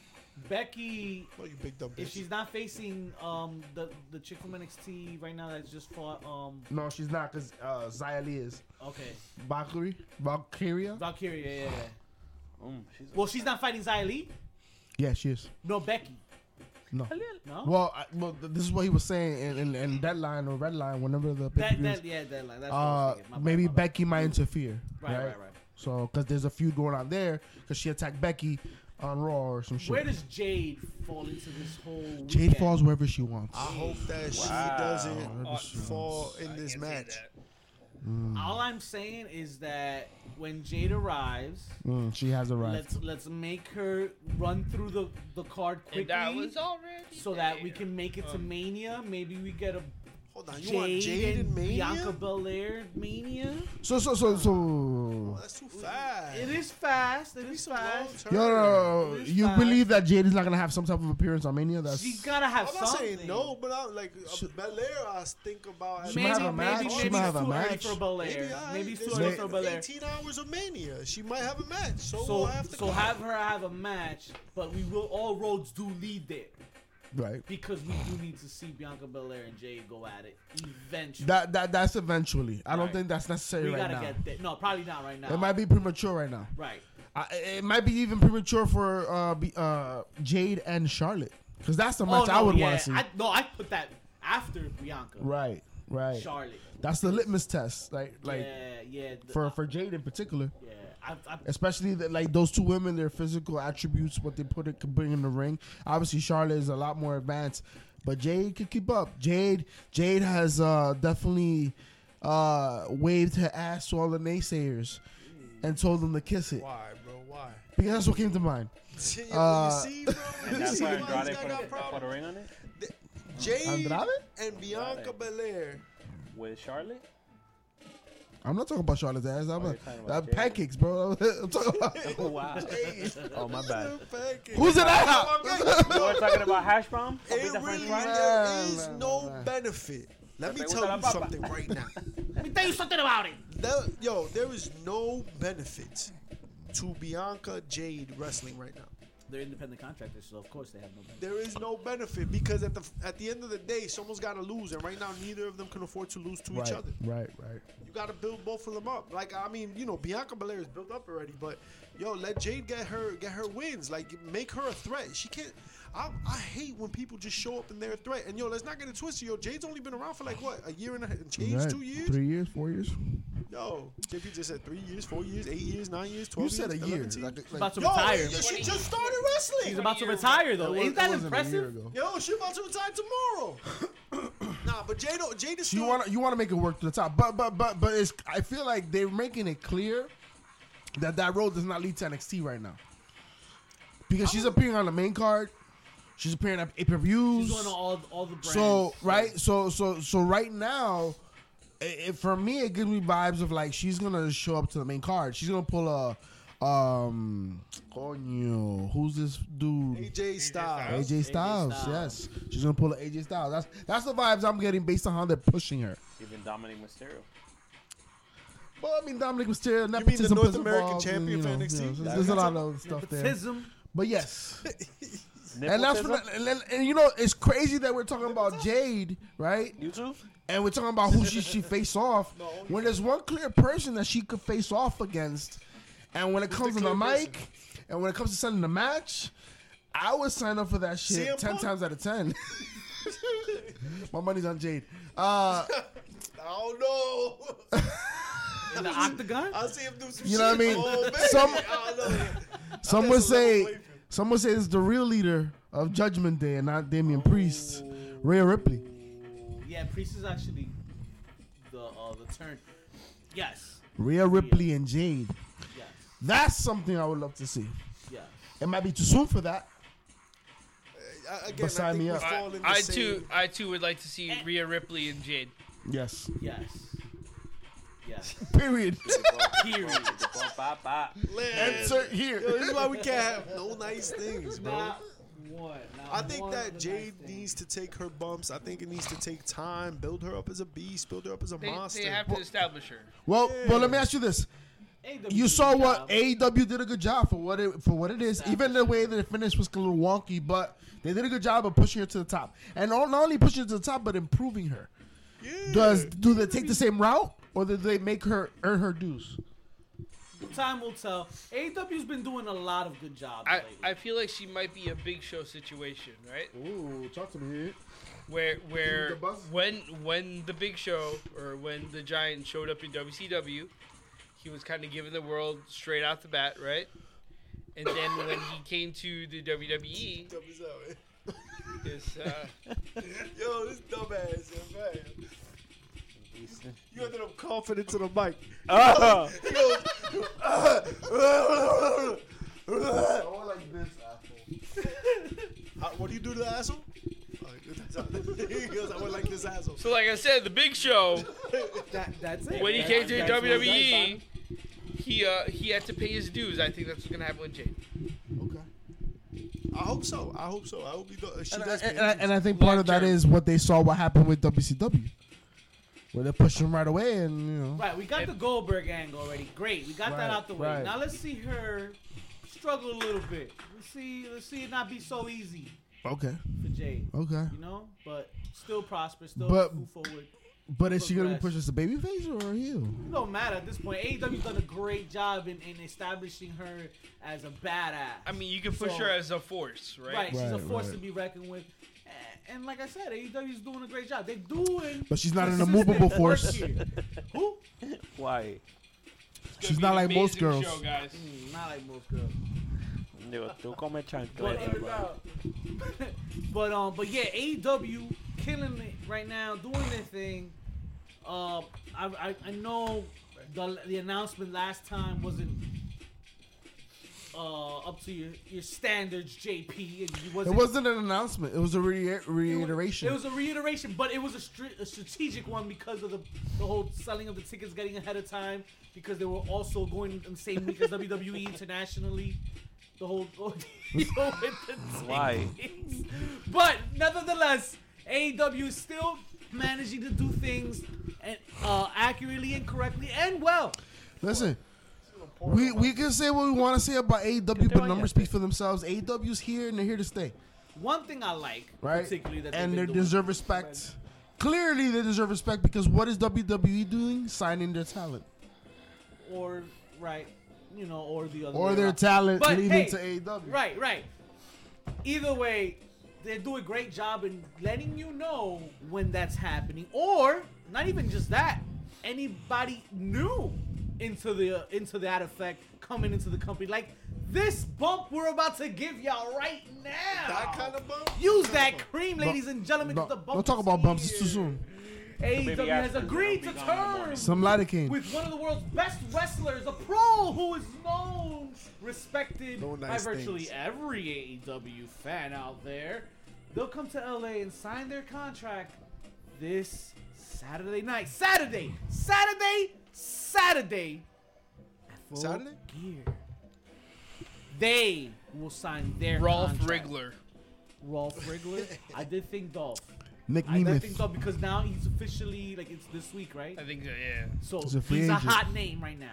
Speaker 1: Becky,
Speaker 3: that- Oh, you big dumb
Speaker 1: if
Speaker 3: bitch.
Speaker 1: she's not facing um the the chick from NXT right now that's just fought um
Speaker 4: No, she's not, because uh, Zia Lee is.
Speaker 1: okay
Speaker 4: Valkyrie? Valkyria?
Speaker 1: Valkyria, yeah, yeah. yeah.
Speaker 5: Mm, she's
Speaker 1: Well, she's not fighting Xia Li.
Speaker 4: Yeah, she is.
Speaker 1: No, Becky.
Speaker 4: No.
Speaker 1: No.
Speaker 4: Well, I, well, th- this is what he was saying in, in, in Deadline or Red Line, whenever the
Speaker 1: that,
Speaker 4: pay-per-view is.
Speaker 1: that, yeah, that, like, that's what I
Speaker 4: uh,
Speaker 1: was thinking. My bad,
Speaker 4: maybe
Speaker 1: my bad.
Speaker 4: Becky might interfere.
Speaker 1: Right, right, right.
Speaker 4: So, because there's a feud going on there, because she attacked Becky on Raw or some shit.
Speaker 1: Where does Jade fall into this whole? Weekend? Uh-huh.
Speaker 4: Jade falls wherever she wants.
Speaker 3: I hope that
Speaker 5: Wow.
Speaker 3: she doesn't
Speaker 4: Wherever
Speaker 2: uh,
Speaker 4: she wants.
Speaker 3: fall in this match.
Speaker 1: All I'm saying is that when Jade arrives,
Speaker 4: Mm, she has arrived.
Speaker 1: let's let's make her run through the the card quickly,
Speaker 2: And that was already
Speaker 1: so that we
Speaker 2: there.
Speaker 1: can make it to
Speaker 2: Um,
Speaker 1: Mania. Maybe we get a
Speaker 3: Hold on, you want
Speaker 1: Jade,
Speaker 3: Jade
Speaker 1: and
Speaker 3: and
Speaker 1: Bianca
Speaker 3: Mania?
Speaker 1: Belair Mania.
Speaker 4: So, so, so,
Speaker 3: Oh,
Speaker 4: so.
Speaker 3: that's too fast.
Speaker 1: It is fast. It is
Speaker 3: It's a long
Speaker 1: fast.
Speaker 4: Yo, no, no,
Speaker 1: Who's
Speaker 4: you
Speaker 1: fine?
Speaker 4: believe that Jade is not gonna have some type of appearance on Mania? That's
Speaker 1: She gotta have
Speaker 3: I'm not
Speaker 1: something.
Speaker 3: saying no, but I'm like uh,
Speaker 4: She-
Speaker 3: Belair. I think about as
Speaker 4: She
Speaker 1: Maybe,
Speaker 4: might have
Speaker 1: maybe,
Speaker 4: a match.
Speaker 1: maybe,
Speaker 4: She
Speaker 1: it's
Speaker 4: might have a
Speaker 1: too early
Speaker 4: match.
Speaker 1: for Belair.
Speaker 3: I-
Speaker 1: Maybe it's too
Speaker 3: there's
Speaker 1: early
Speaker 3: uh, like
Speaker 1: for Belair.
Speaker 3: 18 hours of mania. She might have a match, so, we'll
Speaker 1: So,
Speaker 3: have to
Speaker 1: so
Speaker 3: call
Speaker 1: have
Speaker 3: it.
Speaker 1: her have a match, but we will. All roads do lead there
Speaker 4: right.
Speaker 1: because we do need to see Bianca Belair and Jade go at it eventually.
Speaker 4: That that that's eventually. I don't
Speaker 1: Right.
Speaker 4: think that's necessary
Speaker 1: we
Speaker 4: right
Speaker 1: gotta
Speaker 4: now.
Speaker 1: get there. No, probably not right now.
Speaker 4: It might be premature right now.
Speaker 1: right.
Speaker 4: I, it might be even premature for uh, be, uh, Jade and Charlotte because that's the match I would
Speaker 1: Oh, yeah.
Speaker 4: want to see.
Speaker 1: I, no, I put that after Bianca.
Speaker 4: right, right.
Speaker 1: Charlotte.
Speaker 4: That's the litmus test, like like
Speaker 1: yeah, yeah. the- uh,
Speaker 4: for for Jade in particular,
Speaker 1: yeah. I, I,
Speaker 4: especially that like those two women, their physical attributes, what they put it could bring in the ring. Obviously, Charlotte is a lot more advanced, but Jade could keep up. Jade Jade has uh, definitely uh, waved her ass to all the naysayers and told them to kiss it
Speaker 3: Why, bro? Why?
Speaker 4: because that's what came to mind.
Speaker 3: Yeah,
Speaker 4: Uh,
Speaker 3: well, you see, bro.
Speaker 5: And
Speaker 3: You
Speaker 5: that's
Speaker 3: see
Speaker 5: why
Speaker 3: why
Speaker 5: Andrade
Speaker 3: this guy
Speaker 5: put,
Speaker 3: got
Speaker 5: a- put a
Speaker 3: problems.
Speaker 5: ring on it
Speaker 3: Jade
Speaker 4: Andrade?
Speaker 3: and Bianca
Speaker 5: Andrade.
Speaker 3: Belair.
Speaker 5: with Charlotte.
Speaker 4: I'm not talking about Charlotte's ass. I'm
Speaker 5: Oh,
Speaker 4: a,
Speaker 5: you're talking
Speaker 4: uh,
Speaker 5: about Jade.
Speaker 4: pancakes, bro. I'm talking about,
Speaker 5: Oh, wow.
Speaker 3: Jade.
Speaker 5: Oh my bad.
Speaker 4: who's in that house?
Speaker 5: You were talking about hash brown.
Speaker 3: It
Speaker 5: Papita
Speaker 3: really
Speaker 5: hash brown?
Speaker 3: there is
Speaker 4: Yeah,
Speaker 3: no
Speaker 4: man.
Speaker 3: benefit. Let me
Speaker 5: Pregunta
Speaker 3: tell
Speaker 5: la
Speaker 3: you
Speaker 5: papa.
Speaker 3: something right now.
Speaker 1: let me tell you something about it.
Speaker 3: There- yo, there is no benefit to Bianca Jade wrestling right now.
Speaker 1: They're independent contractors, so of course they have no. benefit.
Speaker 3: There is no benefit because at the at the end of the day, someone's got to lose, and right now neither of them can afford to lose to
Speaker 4: right,
Speaker 3: each other.
Speaker 4: right, right.
Speaker 3: You got to build both of them up. Like I mean, you know, Bianca Belair is built up already, but yo, let Jade get her get her wins. Like make her a threat. She can't. I, I hate when people just show up and they're a threat. And yo, let's not get it twisted. Yo, Jade's only been around for like what a year and a and change,
Speaker 4: Right.
Speaker 3: two years.
Speaker 4: three years, four years.
Speaker 3: Yo, JP just said three years, four years, eight years, nine years,
Speaker 4: You
Speaker 3: twelve.
Speaker 4: said a
Speaker 3: years, 11,
Speaker 4: year. Like,
Speaker 1: She's
Speaker 4: like-
Speaker 1: about to
Speaker 3: Yo,
Speaker 1: retire.
Speaker 3: she just started wrestling.
Speaker 1: She's about to
Speaker 2: years.
Speaker 1: retire though.
Speaker 4: wa-
Speaker 1: Ain't that
Speaker 4: wasn't a year
Speaker 1: impressive?
Speaker 4: ago.
Speaker 3: Yo, she about to retire tomorrow. nah, but Jade, don't- Jade is
Speaker 4: You
Speaker 3: still.
Speaker 4: want to you want to make it work to the top, but but but but it's. I feel like they're making it clear that that road does not lead to NXT right now because
Speaker 1: Oh.
Speaker 4: she's appearing on the main card. She's appearing at pay per views.
Speaker 1: She's doing all all the brands.
Speaker 4: So right, so so so right now, i it, for me it gives me vibes of like she's gonna show up to the main card. She's gonna pull a um, coño, who's this dude?
Speaker 3: AJ Styles.
Speaker 4: AJ Styles,
Speaker 1: Styles.
Speaker 4: yes, she's gonna pull a AJ Styles. That's that's the vibes I'm getting based on how they're pushing her.
Speaker 5: Even Dominic Mysterio.
Speaker 4: Well, I mean Dominic Mysterio,
Speaker 3: the
Speaker 4: nepotism
Speaker 3: North
Speaker 4: plays a
Speaker 3: American
Speaker 4: ball,
Speaker 3: champion
Speaker 4: you
Speaker 3: for
Speaker 4: know,
Speaker 3: NXT?
Speaker 4: you know, there's, there's a lot of stuff there,
Speaker 1: Nepotism.
Speaker 4: but yes,
Speaker 5: Nepotism?
Speaker 4: and that's what, and, and, and you know it's crazy that we're talking about Jade, right?
Speaker 5: you too.
Speaker 4: and we're talking about who she should face off. When there's one clear person that she could face off against, and when it comes to the
Speaker 3: clear
Speaker 4: mic, and when it comes to sending the match, I would sign up for that shit
Speaker 3: CM
Speaker 4: ten
Speaker 3: Punk?
Speaker 4: times out of ten. My money's on Jade. Uh,
Speaker 3: Oh no!
Speaker 1: In the octagon.
Speaker 3: I'll see him do some
Speaker 4: You know what I
Speaker 3: shit.
Speaker 4: mean?
Speaker 3: Oh, baby.
Speaker 4: Some-
Speaker 3: I don't know. That's a
Speaker 4: some would
Speaker 3: level
Speaker 4: say,
Speaker 3: playing field. Oh.
Speaker 4: some would say it's the real leader of Judgment Day and not Damian Priest. Rhea Ripley.
Speaker 1: Yeah, Priest is actually the uh, the turn. Yes,
Speaker 4: Rhea Ripley and Jade.
Speaker 1: yes,
Speaker 4: That's something I would love to see.
Speaker 1: yes.
Speaker 4: It might be too soon for that.
Speaker 3: I, again,
Speaker 4: But sign
Speaker 3: I think
Speaker 4: me
Speaker 3: we
Speaker 4: up.
Speaker 3: fall
Speaker 2: I,
Speaker 3: in the
Speaker 2: I
Speaker 3: same-
Speaker 2: too, I too would like to see Rhea Ripley and Jade.
Speaker 4: Yes.
Speaker 1: Yes. Yes.
Speaker 4: Period.
Speaker 1: Period.
Speaker 3: Land.
Speaker 4: Enter here.
Speaker 3: Yo, this is why we can't have no nice things, bro.
Speaker 1: Not one. not
Speaker 3: I think
Speaker 1: one of
Speaker 3: that
Speaker 1: the nice
Speaker 3: Jade
Speaker 1: things.
Speaker 3: needs to take her bumps. I think it needs to take time. Build her up as a beast. Build her up as a
Speaker 2: They,
Speaker 3: monster.
Speaker 2: they have to establish her.
Speaker 4: Well, but let me ask you this:
Speaker 1: AEW
Speaker 4: You
Speaker 1: did
Speaker 4: saw
Speaker 1: their
Speaker 4: what
Speaker 1: job.
Speaker 4: AEW did a good job for what it for what it is. Even the way that it finished was a little wonky, but they did a good job of pushing her to the top, and all, not only pushing her to the top, but improving her. Does do they take the same route, or do they make her earn her dues?
Speaker 1: Time will tell. AEW's been doing a lot of good jobs
Speaker 2: I,
Speaker 1: lately.
Speaker 2: I feel like she might be a big show situation, right?
Speaker 4: Ooh, talk to me.
Speaker 2: Where where
Speaker 4: The buzz?
Speaker 2: when when the big show or when the giant showed up in WCW, he was kind of giving the world straight out the bat, right? And then when he came to the WWE, it's, uh,
Speaker 3: Yo, this dumbass, man. You ended up coughing into the mic.
Speaker 5: Oh,
Speaker 3: Uh, what do you do to the asshole? he goes, I would like this asshole.
Speaker 2: so like I said, the big show
Speaker 1: That, that's it.
Speaker 2: when he
Speaker 1: That-
Speaker 2: came to
Speaker 1: that's what-
Speaker 2: WWE, E, he uh, he had to pay his dues. I think that's what's gonna happen with Jade.
Speaker 4: Okay.
Speaker 3: I hope so. I hope so. I hope he does. She
Speaker 4: And I,
Speaker 3: does. pay
Speaker 4: and, I,
Speaker 3: attention.
Speaker 4: and I think part of that
Speaker 2: Long term.
Speaker 4: is what they saw what happened with WCW, where they pushed him right away, and you know.
Speaker 1: Right, we got the Goldberg angle already. Great, we got
Speaker 4: Right,
Speaker 1: that out the way.
Speaker 4: right.
Speaker 1: Now let's see her struggle a little bit. Let's see, let's see it not be so easy
Speaker 4: Okay.
Speaker 1: for Jade.
Speaker 4: Okay.
Speaker 1: You know, but still prosper, still
Speaker 4: But-
Speaker 1: move forward.
Speaker 4: But is she gonna be pushed
Speaker 1: Progress.
Speaker 4: as a baby face or a heel?
Speaker 1: It don't matter at this point. AEW's done a great job in, in establishing her as a badass.
Speaker 2: I mean, you can push
Speaker 1: So-
Speaker 2: her as a force, right?
Speaker 1: right, she's a
Speaker 4: Right,
Speaker 1: force
Speaker 4: right.
Speaker 1: to be reckoned with. A- And like I said, AEW's doing a great job. They're doing.
Speaker 4: But she's not an
Speaker 1: consistent
Speaker 4: immovable
Speaker 1: work
Speaker 4: force.
Speaker 1: here. Who?
Speaker 5: why?
Speaker 2: It's gonna
Speaker 4: She's
Speaker 2: be
Speaker 4: not
Speaker 2: an
Speaker 4: like
Speaker 2: amazing
Speaker 4: most girls.
Speaker 2: Show, guys.
Speaker 1: Mm, Not like most girls.
Speaker 5: No, tú come
Speaker 1: But,
Speaker 5: chancleta, bro.
Speaker 1: but um, but yeah, AEW killing it right now, doing their thing. Uh, I I, I know the the announcement last time wasn't uh up to your, your standards, JP. And you
Speaker 4: It
Speaker 1: wasn't.
Speaker 4: wasn't an announcement. It was a re-
Speaker 1: it was-
Speaker 4: reiteration.
Speaker 1: It was a reiteration, but it was a, str- a strategic one because of the the whole selling of the tickets getting ahead of time because they were also going in the same week as WWE E internationally. The whole deal with the
Speaker 5: Why?
Speaker 1: tickets. But nevertheless, AEW is still managing to do things and uh, accurately and correctly and well.
Speaker 4: Listen, we we can say what we want to say about AEW, but numbers speak for themselves. AEW's here and they're here to stay,
Speaker 1: One thing I like,
Speaker 4: right?
Speaker 1: particularly that
Speaker 4: And they
Speaker 1: they've been doing-
Speaker 4: deserve respect. Clearly, they deserve respect because what is WWE doing? Signing their talent
Speaker 1: or right, you know, or the other
Speaker 4: or
Speaker 1: way
Speaker 4: their
Speaker 1: around.
Speaker 4: talent
Speaker 1: But
Speaker 4: leading
Speaker 1: hey,
Speaker 4: to AEW.
Speaker 1: Right, right. Either way, they do a great job in letting you know when that's happening, or not even just that. Anybody new into the into that effect coming into the company, like this bump we're about to give y'all right now.
Speaker 3: that kind of bump.
Speaker 1: Use that cream, ladies and gentlemen.
Speaker 4: No,
Speaker 1: the bump
Speaker 4: don't talk
Speaker 1: is
Speaker 4: about bumps. It's
Speaker 1: here.
Speaker 4: too soon.
Speaker 1: AEW has
Speaker 5: after this,
Speaker 1: agreed
Speaker 5: it'll
Speaker 1: to
Speaker 5: be gone in the morning.
Speaker 1: terms
Speaker 4: Some lidocaine.
Speaker 1: with one of the world's best wrestlers, a pro who is known, respected
Speaker 3: No
Speaker 1: by
Speaker 3: nice
Speaker 1: virtually
Speaker 3: things.
Speaker 1: every AEW fan out there. They'll come to LA and sign their contract this Saturday night. Saturday, Saturday, Saturday. at Full
Speaker 3: Saturday?
Speaker 1: Gear. They will sign their
Speaker 2: Rolf
Speaker 1: contract.
Speaker 2: Rigler.
Speaker 1: Rolf Rigler. I did think Dolph.
Speaker 4: Nick
Speaker 1: I did think
Speaker 4: Nemeth.
Speaker 1: Dolph because now he's officially like it's this week, right?
Speaker 2: I think, uh, yeah.
Speaker 1: So
Speaker 4: He's a free
Speaker 1: he's a
Speaker 4: agent.
Speaker 1: hot name right now.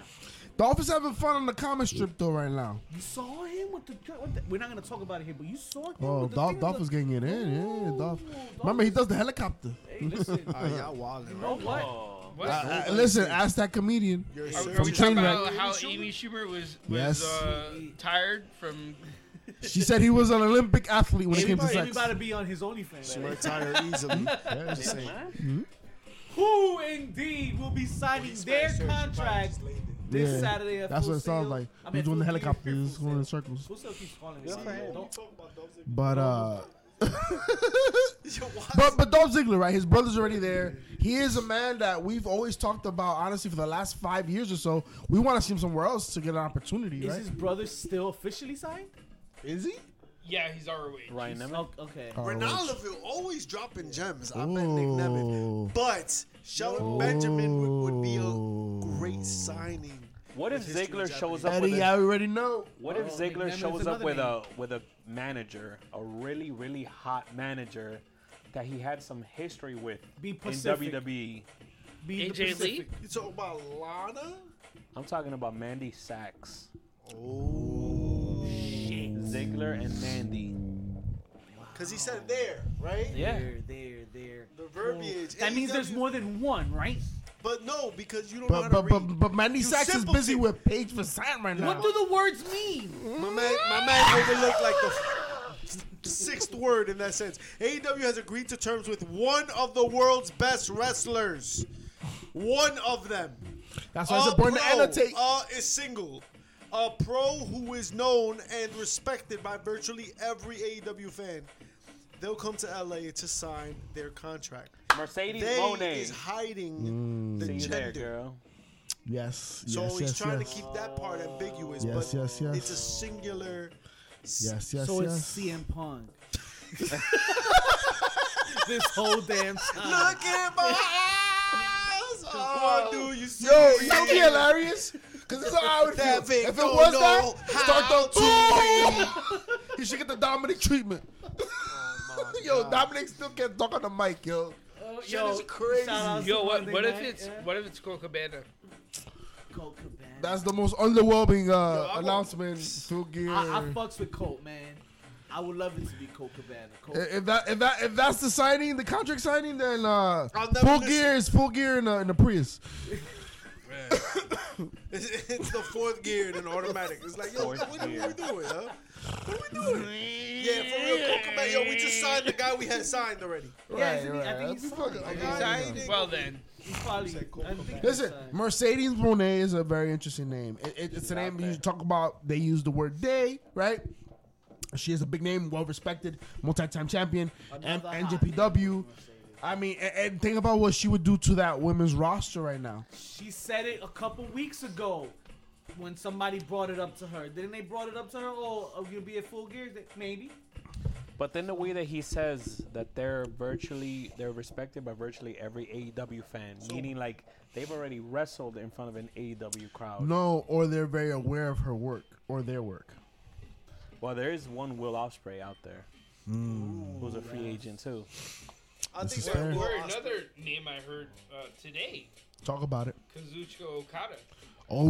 Speaker 4: Dolphins having fun on the comic strip though right now.
Speaker 1: You saw him with the, with the- We're not gonna talk about it here, but you saw him.
Speaker 4: Oh,
Speaker 1: with the
Speaker 4: Dolph,
Speaker 1: thing
Speaker 4: Dolph
Speaker 1: with
Speaker 4: is
Speaker 1: the-
Speaker 4: getting it in. Yeah,
Speaker 1: Ooh,
Speaker 4: Dolph.
Speaker 1: Dolph
Speaker 4: Remember, he
Speaker 1: is-
Speaker 4: does the helicopter.
Speaker 1: Hey, listen.
Speaker 3: Ah, y'all wildin',
Speaker 1: you
Speaker 3: right?
Speaker 1: know what?
Speaker 5: Oh,
Speaker 2: What?
Speaker 3: Uh,
Speaker 4: Uh, listen, ask that comedian.
Speaker 3: You're
Speaker 2: Are,
Speaker 3: sure.
Speaker 2: are we talking
Speaker 4: Trainwreck.
Speaker 2: about how Amy Schumer was was
Speaker 4: Yes.
Speaker 2: uh, tired from?
Speaker 4: She said he was an Olympic athlete when it came to
Speaker 1: Everybody,
Speaker 4: sex.
Speaker 1: everybody be on his OnlyFans.
Speaker 3: She might tire easily.
Speaker 4: Yeah,
Speaker 3: Just saying.
Speaker 1: Who indeed will be signing their contract this
Speaker 4: Yeah,
Speaker 1: Saturday at
Speaker 4: That's
Speaker 1: full
Speaker 4: what it sounds
Speaker 1: Sail?
Speaker 4: like.
Speaker 1: I mean,
Speaker 4: He's doing the
Speaker 1: full Gear,
Speaker 4: helicopter,
Speaker 1: Full
Speaker 4: he's going in
Speaker 1: Sail.
Speaker 4: circles.
Speaker 1: Full Sail keeps calling me.
Speaker 5: Good for
Speaker 1: man.
Speaker 5: him.
Speaker 1: Don't-
Speaker 4: But uh,
Speaker 3: Yo, why
Speaker 4: But but Dolph Ziggler, right? His brother's already there. He is a man that we've always talked about, honestly, for the last five years or so. We want to see him somewhere else to get an opportunity,
Speaker 1: Is
Speaker 4: right?
Speaker 1: his brother still officially signed?
Speaker 4: Is he?
Speaker 2: Yeah, he's E. ROH.
Speaker 5: Ryan Nemeth.
Speaker 1: Oh, okay.
Speaker 4: Oh,
Speaker 3: Ronaldoville always dropping gems. I bet Nick Nemeth.
Speaker 4: Ooh.
Speaker 3: But Shelton Benjamin would, would be a great signing.
Speaker 5: What if
Speaker 3: With history
Speaker 5: Ziggler
Speaker 3: in
Speaker 5: shows up with
Speaker 4: Eddie, I
Speaker 5: a,
Speaker 4: already know.
Speaker 5: What if
Speaker 1: Oh,
Speaker 5: Ziggler
Speaker 1: Nick Nemeth
Speaker 5: shows
Speaker 1: is
Speaker 5: up
Speaker 1: another
Speaker 5: with
Speaker 1: name.
Speaker 5: a with a manager, a really really hot manager that he had some history with
Speaker 1: Be
Speaker 5: in E?
Speaker 1: Pacific.
Speaker 5: WWE?
Speaker 1: Be in the
Speaker 2: AJ Lee?
Speaker 1: Pacific.
Speaker 3: You talking about Lana?
Speaker 5: I'm talking about Mandy Sacks,
Speaker 3: Oh.
Speaker 5: Ziggler and Mandy.
Speaker 3: Because he said there, right?
Speaker 5: Yeah.
Speaker 1: There, there, there.
Speaker 3: The verbiage.
Speaker 1: That means there's
Speaker 3: AEW
Speaker 1: more than one, right?
Speaker 3: But no, because you don't
Speaker 4: But
Speaker 3: know how
Speaker 4: but
Speaker 3: to
Speaker 4: but
Speaker 3: read.
Speaker 4: but Mandy
Speaker 3: You
Speaker 4: Sachs is
Speaker 3: simple
Speaker 4: busy
Speaker 3: people.
Speaker 4: with Paige Van right now.
Speaker 1: What do the words mean?
Speaker 3: My man, my man overlooked like the f- sixth word in that sense. AEW has agreed to terms with one of the world's best wrestlers. One of them.
Speaker 4: That's why
Speaker 1: Oh,
Speaker 4: it's important to
Speaker 3: pro,
Speaker 4: annotate.
Speaker 3: Uh, is single. A pro who is known and respected by virtually every AEW fan. They'll come to LA to sign their contract.
Speaker 5: Mercedes
Speaker 3: They
Speaker 5: Monet.
Speaker 3: is hiding the
Speaker 5: See you there,
Speaker 3: gender.
Speaker 5: girl.
Speaker 4: yes.
Speaker 3: So
Speaker 4: Mm. yes,
Speaker 3: he's
Speaker 4: yes,
Speaker 3: trying
Speaker 4: yes.
Speaker 3: to keep that part ambiguous,
Speaker 4: Yes,
Speaker 3: but
Speaker 4: yes, yes.
Speaker 3: it's a singular. s-
Speaker 4: Yes, yes,
Speaker 1: so
Speaker 4: yes.
Speaker 1: it's CM Punk. this whole damn time.
Speaker 3: Look at my eyes. Oh, dude, you see
Speaker 4: Yo,
Speaker 3: me?
Speaker 4: you know be hilarious? Because it's how I would
Speaker 3: That
Speaker 4: feel.
Speaker 3: big
Speaker 4: If it
Speaker 3: don't
Speaker 4: was
Speaker 3: know
Speaker 4: that, start the two. He should get the Dominic treatment.
Speaker 3: Oh,
Speaker 4: yo, Dominic still can't talk on the mic, yo.
Speaker 1: Oh,
Speaker 4: is crazy.
Speaker 1: shout out to
Speaker 2: Yo, what,
Speaker 1: Monday
Speaker 2: what if
Speaker 1: night,
Speaker 2: it's
Speaker 1: yeah.
Speaker 2: what if it's Coco Cabana?
Speaker 1: Colt Cabana.
Speaker 4: That's the most underwhelming uh,
Speaker 3: I won't-
Speaker 4: announcement to give.
Speaker 1: I, I fucks with Colt, man. I would love it to be Colt Cabana. Colt,
Speaker 4: I- if that if that if that's the signing, the contract signing, then uh,
Speaker 3: I'll never
Speaker 4: full
Speaker 3: listen.
Speaker 4: gear is full gear in the, in the Prius.
Speaker 3: It's, it's the fourth gear and an automatic. It's like, yo,
Speaker 5: Fourth
Speaker 3: what, what are we
Speaker 5: gear.
Speaker 3: doing, huh? What are we doing? Yeah, for real, Coco Man, yo, we just signed the guy we had signed already.
Speaker 1: Yeah, isn't he- I think he's
Speaker 4: That's
Speaker 1: fine.
Speaker 4: fucking-
Speaker 1: Okay,
Speaker 4: I
Speaker 3: sorry.
Speaker 4: don't know.
Speaker 2: Well then,
Speaker 1: he's probably.
Speaker 3: Said Colt
Speaker 1: I think
Speaker 3: Cabana.
Speaker 1: he's
Speaker 4: Listen,
Speaker 1: signed.
Speaker 4: Mercedes Monet is a very interesting name. It, it, it's a name you talk about. They use the word "day," right? She is a big name, well respected, multi-time champion, and
Speaker 1: Another hot
Speaker 4: NJPW. I mean, and, and think about what she would do to that women's roster right now.
Speaker 1: She said it a couple weeks ago when somebody brought it up to her. Didn't they brought it up to her? Oh, are you gonna be at full gear? They- Maybe.
Speaker 5: But then the way that he says that they're virtually they're respected by virtually every AEW fan, meaning like they've already wrestled in front of an AEW crowd.
Speaker 4: No, or they're very aware of her work or their work.
Speaker 5: Well, there is one Will Osprey out there.
Speaker 4: Hmm.
Speaker 5: Who's a free agent too?
Speaker 3: I think
Speaker 4: is
Speaker 3: that
Speaker 4: fair.
Speaker 3: Will
Speaker 2: or
Speaker 3: Ospreay-
Speaker 2: another name I heard uh, today,
Speaker 4: Talk about it.
Speaker 2: Kazuchika Okada.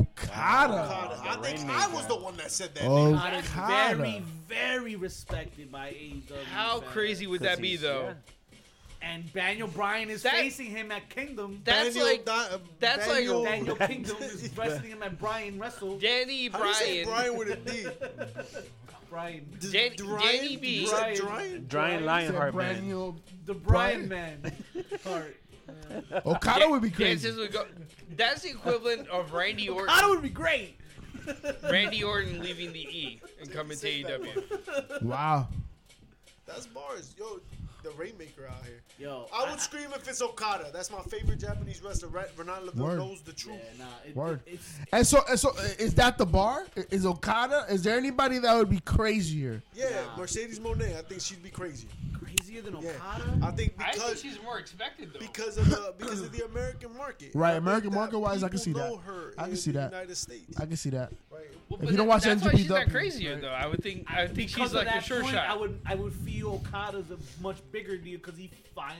Speaker 4: Okada.
Speaker 3: I think
Speaker 5: Rainmaker.
Speaker 3: I was the one that said that.
Speaker 4: Oh.
Speaker 3: nigga.
Speaker 1: Not
Speaker 4: Okada.
Speaker 1: as very, very respected by AEW.
Speaker 2: How
Speaker 1: fans.
Speaker 2: crazy would that be
Speaker 5: He's-
Speaker 2: though?
Speaker 5: yeah.
Speaker 1: And Daniel Bryan is
Speaker 2: That-
Speaker 1: facing him at Kingdom.
Speaker 2: That- That's like-
Speaker 3: Di-
Speaker 2: that's like-
Speaker 1: Daniel Kingdom is wrestling him at Bryan Wrestle.
Speaker 2: Danny
Speaker 3: How do you say
Speaker 2: Bryan.
Speaker 3: Brian with a D?
Speaker 1: Bryan.
Speaker 3: D-
Speaker 2: Dan-
Speaker 3: Dryan?
Speaker 2: Danny E B.
Speaker 3: You said
Speaker 1: Dryan.
Speaker 3: Dryan?
Speaker 5: Brian Lionheart
Speaker 4: Brand
Speaker 5: man.
Speaker 4: new-
Speaker 1: The Bryan man. Hart.
Speaker 4: Okada
Speaker 2: Dan-
Speaker 4: would be
Speaker 2: Dances
Speaker 4: crazy.
Speaker 2: would go- that's the equivalent of Randy Orton.
Speaker 1: That would be great.
Speaker 2: Randy Orton leaving the E and coming to E
Speaker 3: Save that
Speaker 2: AEW.
Speaker 4: Wow.
Speaker 3: That's bars. Yo, the Rainmaker out here.
Speaker 1: Yo,
Speaker 3: I would scream if it's Okada. That's my favorite Japanese wrestler. Ra- Ronaldo
Speaker 4: Word.
Speaker 3: knows the
Speaker 1: Yeah,
Speaker 3: truth.
Speaker 1: nah, it,
Speaker 4: Word.
Speaker 1: It, it's
Speaker 4: And so, and so, i- is that the bar? I- Is Okada? Is there anybody that would be crazier?
Speaker 3: Yeah,
Speaker 1: Nah.
Speaker 3: Mercedes Monet. I think she'd be crazy.
Speaker 1: crazier than
Speaker 3: Yeah,
Speaker 1: Okada.
Speaker 3: I think
Speaker 2: I think
Speaker 3: because
Speaker 2: she's more expected though.
Speaker 3: because of the because of the American market.
Speaker 4: Right,
Speaker 3: I think
Speaker 4: American
Speaker 3: that
Speaker 4: market-wise, I
Speaker 3: people
Speaker 4: can see that.
Speaker 3: know her
Speaker 4: I can
Speaker 3: in
Speaker 4: see
Speaker 3: the
Speaker 4: that.
Speaker 3: United States.
Speaker 4: I can see that.
Speaker 3: Right.
Speaker 2: Well,
Speaker 4: If
Speaker 2: but
Speaker 4: you don't
Speaker 2: that-
Speaker 4: watch
Speaker 2: that's why she's not
Speaker 4: NJPW,
Speaker 2: crazier though. I would think. I think
Speaker 1: Because
Speaker 2: she's
Speaker 1: of
Speaker 2: like a
Speaker 1: that
Speaker 2: sure
Speaker 1: point,
Speaker 2: shot.
Speaker 1: I would I would feel Okada's a much bigger deal because he finally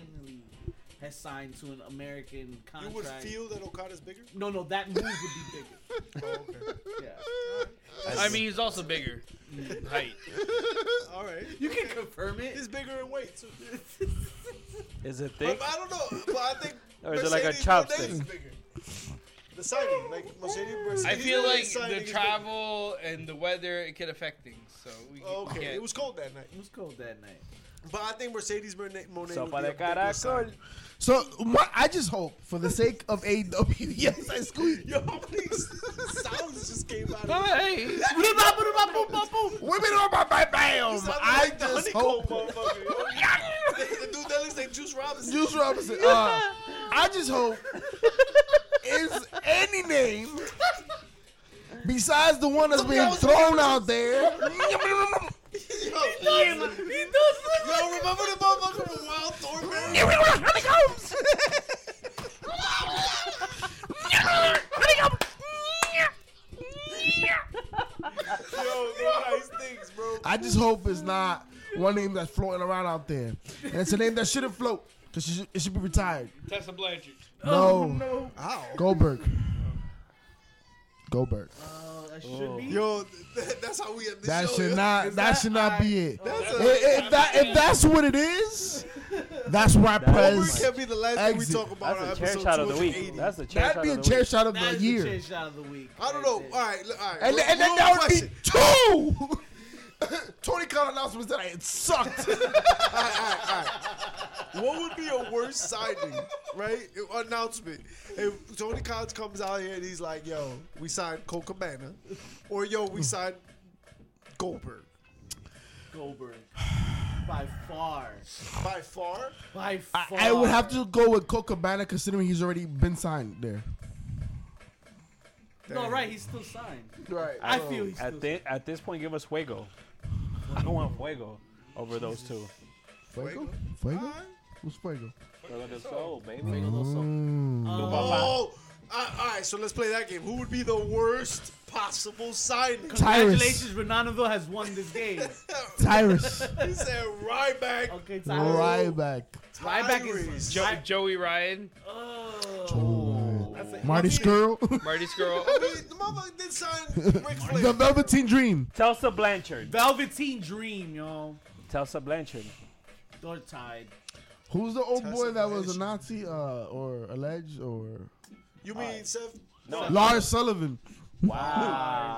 Speaker 1: has signed to an American
Speaker 3: You
Speaker 1: contract.
Speaker 3: would feel that Okada's bigger.
Speaker 1: no, no, that move would be bigger.
Speaker 3: Oh, okay.
Speaker 1: Yeah.
Speaker 2: I mean, he's also bigger.
Speaker 1: Mm.
Speaker 2: in Height.
Speaker 3: All right.
Speaker 1: You can confirm
Speaker 3: He's
Speaker 1: it.
Speaker 3: bigger in weight. too.
Speaker 5: Is it
Speaker 3: But
Speaker 5: thick?
Speaker 3: I don't know. But I think
Speaker 5: Or is it like a
Speaker 3: Mercedes Moné
Speaker 5: chopstick?
Speaker 3: is bigger. The signing, like Mercedes. Mercedes
Speaker 2: I feel like
Speaker 3: Moné's signing
Speaker 2: the
Speaker 3: is bigger.
Speaker 2: travel and the weather it could affect things. So we
Speaker 3: Okay,
Speaker 2: can't.
Speaker 3: it was cold that night.
Speaker 1: It was cold that night.
Speaker 3: But I think Mercedes Monet Monet would
Speaker 5: Sopa
Speaker 3: be
Speaker 5: de
Speaker 3: a big little
Speaker 5: caracol.
Speaker 3: sign.
Speaker 4: So my, I just hope, for the sake of AEW, yes, I squeeze.
Speaker 3: Yo, please. Sounds just came out of
Speaker 2: Oh, Hey,
Speaker 4: Women are my, my bam.
Speaker 3: Sounded
Speaker 4: I
Speaker 3: like the
Speaker 4: just
Speaker 3: honeycomb
Speaker 4: hope.
Speaker 3: motherfucker, yo. the dude that looks like Juice Robinson.
Speaker 4: Juice Robinson. Uh, I just hope is any name besides the one that's being thrown out there.
Speaker 3: Yo, yo, remember the motherfucker from Wild Thornberry? Yo, they're nice things, bro.
Speaker 4: I just hope it's not one name that's floating around out there, and it's a name that shouldn't float because should, it should be retired.
Speaker 2: Tessa Blanchard.
Speaker 1: Oh,
Speaker 4: no.
Speaker 1: no.
Speaker 3: How?
Speaker 4: Goldberg. Goldberg.
Speaker 1: Oh, that should be.
Speaker 3: Yo, th- that's how we end this
Speaker 4: That
Speaker 3: show.
Speaker 4: should
Speaker 3: yo.
Speaker 4: not. That,
Speaker 1: that-
Speaker 4: should not be
Speaker 1: I-
Speaker 4: it. I-
Speaker 3: That's a,
Speaker 4: If, that, if that's what it is, that's where I
Speaker 3: Goldberg
Speaker 4: press.
Speaker 3: can't be the last thing we
Speaker 4: Exit.
Speaker 3: talk about
Speaker 5: That's a
Speaker 3: on
Speaker 5: chair
Speaker 3: episode
Speaker 5: shot of the week.
Speaker 3: 280.
Speaker 5: That's a chair
Speaker 4: That'd
Speaker 5: shot
Speaker 4: be a
Speaker 5: of the
Speaker 4: chair
Speaker 5: week.
Speaker 4: shot of
Speaker 1: That
Speaker 4: the
Speaker 1: is the
Speaker 4: year.
Speaker 1: chair shot of the week.
Speaker 3: I don't
Speaker 1: That's
Speaker 3: know.
Speaker 1: it.
Speaker 3: All right, all right.
Speaker 4: And,
Speaker 3: real-
Speaker 4: th- and then
Speaker 3: real
Speaker 4: that would
Speaker 3: question.
Speaker 4: be two. Tony Khan announcements that it sucked.
Speaker 3: What would be a worse signing, right? Announcement. If Tony Collins comes out here and he's like, yo, we signed Cole Cabana, or yo, we signed Goldberg.
Speaker 1: Goldberg. By far.
Speaker 3: By far,
Speaker 1: By
Speaker 4: I,
Speaker 1: far.
Speaker 4: I would have to go with Coca Cabana considering he's already been signed there.
Speaker 1: No, right. He's still signed.
Speaker 4: Right.
Speaker 1: I feel he's still
Speaker 5: At, thi- at this point, give us Fuego. I want Fuego over those two.
Speaker 4: Fuego?
Speaker 3: Fuego?
Speaker 4: Fuego?
Speaker 3: Alright.
Speaker 4: Who's Fuego?
Speaker 5: Fuego del Sol, baby.
Speaker 1: signed.
Speaker 5: Fuego
Speaker 1: Um,
Speaker 4: Hmm.
Speaker 5: Bamba.
Speaker 3: Oh, uh, all right. So let's play that game. Who would be the worst possible signing?
Speaker 1: Congratulations, Renanville has won this game.
Speaker 4: Tyrus.
Speaker 3: he said Ryback.
Speaker 2: Oh,
Speaker 1: Okay, Tyler.
Speaker 4: Ryback.
Speaker 1: Ryback
Speaker 3: Tyrese.
Speaker 1: is.
Speaker 2: Jo- Joey Ryan,
Speaker 1: Oh. That's a-
Speaker 4: Marty Skrull.
Speaker 2: Marty's girl.
Speaker 3: I mean, the motherfucker did sign Ric Flair.
Speaker 4: the Velveteen Dream.
Speaker 5: Telsa Blanchard.
Speaker 1: Velveteen Dream, yo.
Speaker 5: Telsa Blanchard.
Speaker 1: They're tied.
Speaker 4: Who's the old
Speaker 3: Tessa
Speaker 4: boy that was
Speaker 3: Blanchard.
Speaker 4: a Nazi uh, or alleged or
Speaker 3: you mean Seth?
Speaker 4: Lars Sullivan?
Speaker 5: Wow.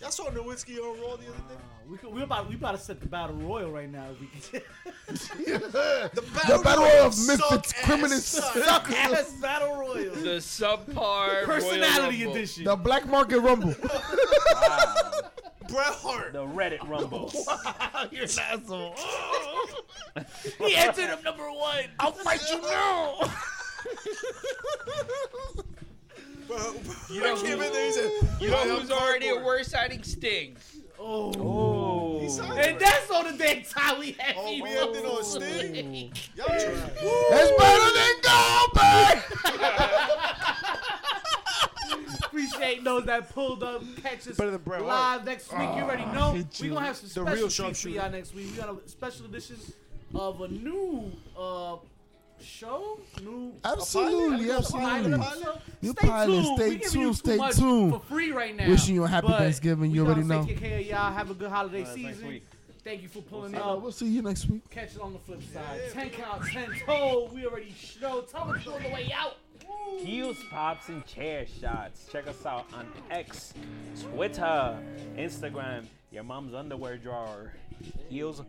Speaker 3: Y'all saw Nowitzki on Raw the other day.
Speaker 1: Uh, we could, we about we about to set the battle royal right now. If we can.
Speaker 3: The
Speaker 4: The
Speaker 3: battle,
Speaker 4: Battle Royal of
Speaker 3: suck
Speaker 4: Misfits
Speaker 3: ass
Speaker 4: Criminals
Speaker 3: suck.
Speaker 4: Suckers.
Speaker 1: Yes, battle royal.
Speaker 2: The subpar
Speaker 1: Personality
Speaker 2: Royal Rumble.
Speaker 1: edition.
Speaker 4: The Black Market Rumble.
Speaker 3: Bret Hart.
Speaker 5: The Reddit Rumble.
Speaker 4: You're an asshole.
Speaker 1: he entered him number one.
Speaker 4: I'll fight you now.
Speaker 3: Bro,
Speaker 2: You know
Speaker 3: I came
Speaker 2: who-
Speaker 3: in there. He said,
Speaker 2: You
Speaker 3: "I
Speaker 2: know
Speaker 3: am
Speaker 2: who's already a
Speaker 3: cardboard."
Speaker 2: worst signing? Sting.
Speaker 1: Oh.
Speaker 5: Oh.
Speaker 3: He signed
Speaker 1: And
Speaker 3: it.
Speaker 1: that's on the damn time we had.
Speaker 3: Oh, we
Speaker 1: people.
Speaker 3: ended on Sting. Y'all tried.
Speaker 4: It's better than Goldberg.
Speaker 1: Appreciate those that pulled up. Catch us
Speaker 3: Better than Bret Hart. Ah,
Speaker 1: live next week. You already know
Speaker 4: hate
Speaker 1: we
Speaker 4: you.
Speaker 1: gonna have some
Speaker 3: The real
Speaker 1: special treats for
Speaker 3: sharpshooter.
Speaker 1: y'all next week. We got a special edition of a new uh show. New
Speaker 4: Absolutely, absolutely.
Speaker 1: Pilot.
Speaker 4: You
Speaker 1: Stay
Speaker 4: pilot,
Speaker 1: tuned.
Speaker 4: stay
Speaker 1: we giving
Speaker 4: tuned,
Speaker 1: you too
Speaker 4: stay
Speaker 1: much
Speaker 4: tuned.
Speaker 1: For free right now.
Speaker 4: Wishing you a happy
Speaker 1: But
Speaker 4: Thanksgiving,
Speaker 1: we
Speaker 4: you already
Speaker 1: gonna
Speaker 4: know.
Speaker 1: Take care of y'all. Have a good holiday
Speaker 5: That's next
Speaker 1: season.
Speaker 5: week.
Speaker 1: Thank you for pulling
Speaker 4: Uh,
Speaker 1: up.
Speaker 4: we'll see you next week.
Speaker 1: Catch it on the flip side. Ten count, ten toe. We already know. Tell us on the way out.
Speaker 5: Heels, pops, and chair shots. Check us out on X, Twitter, Instagram, your mom's underwear drawer. Heels,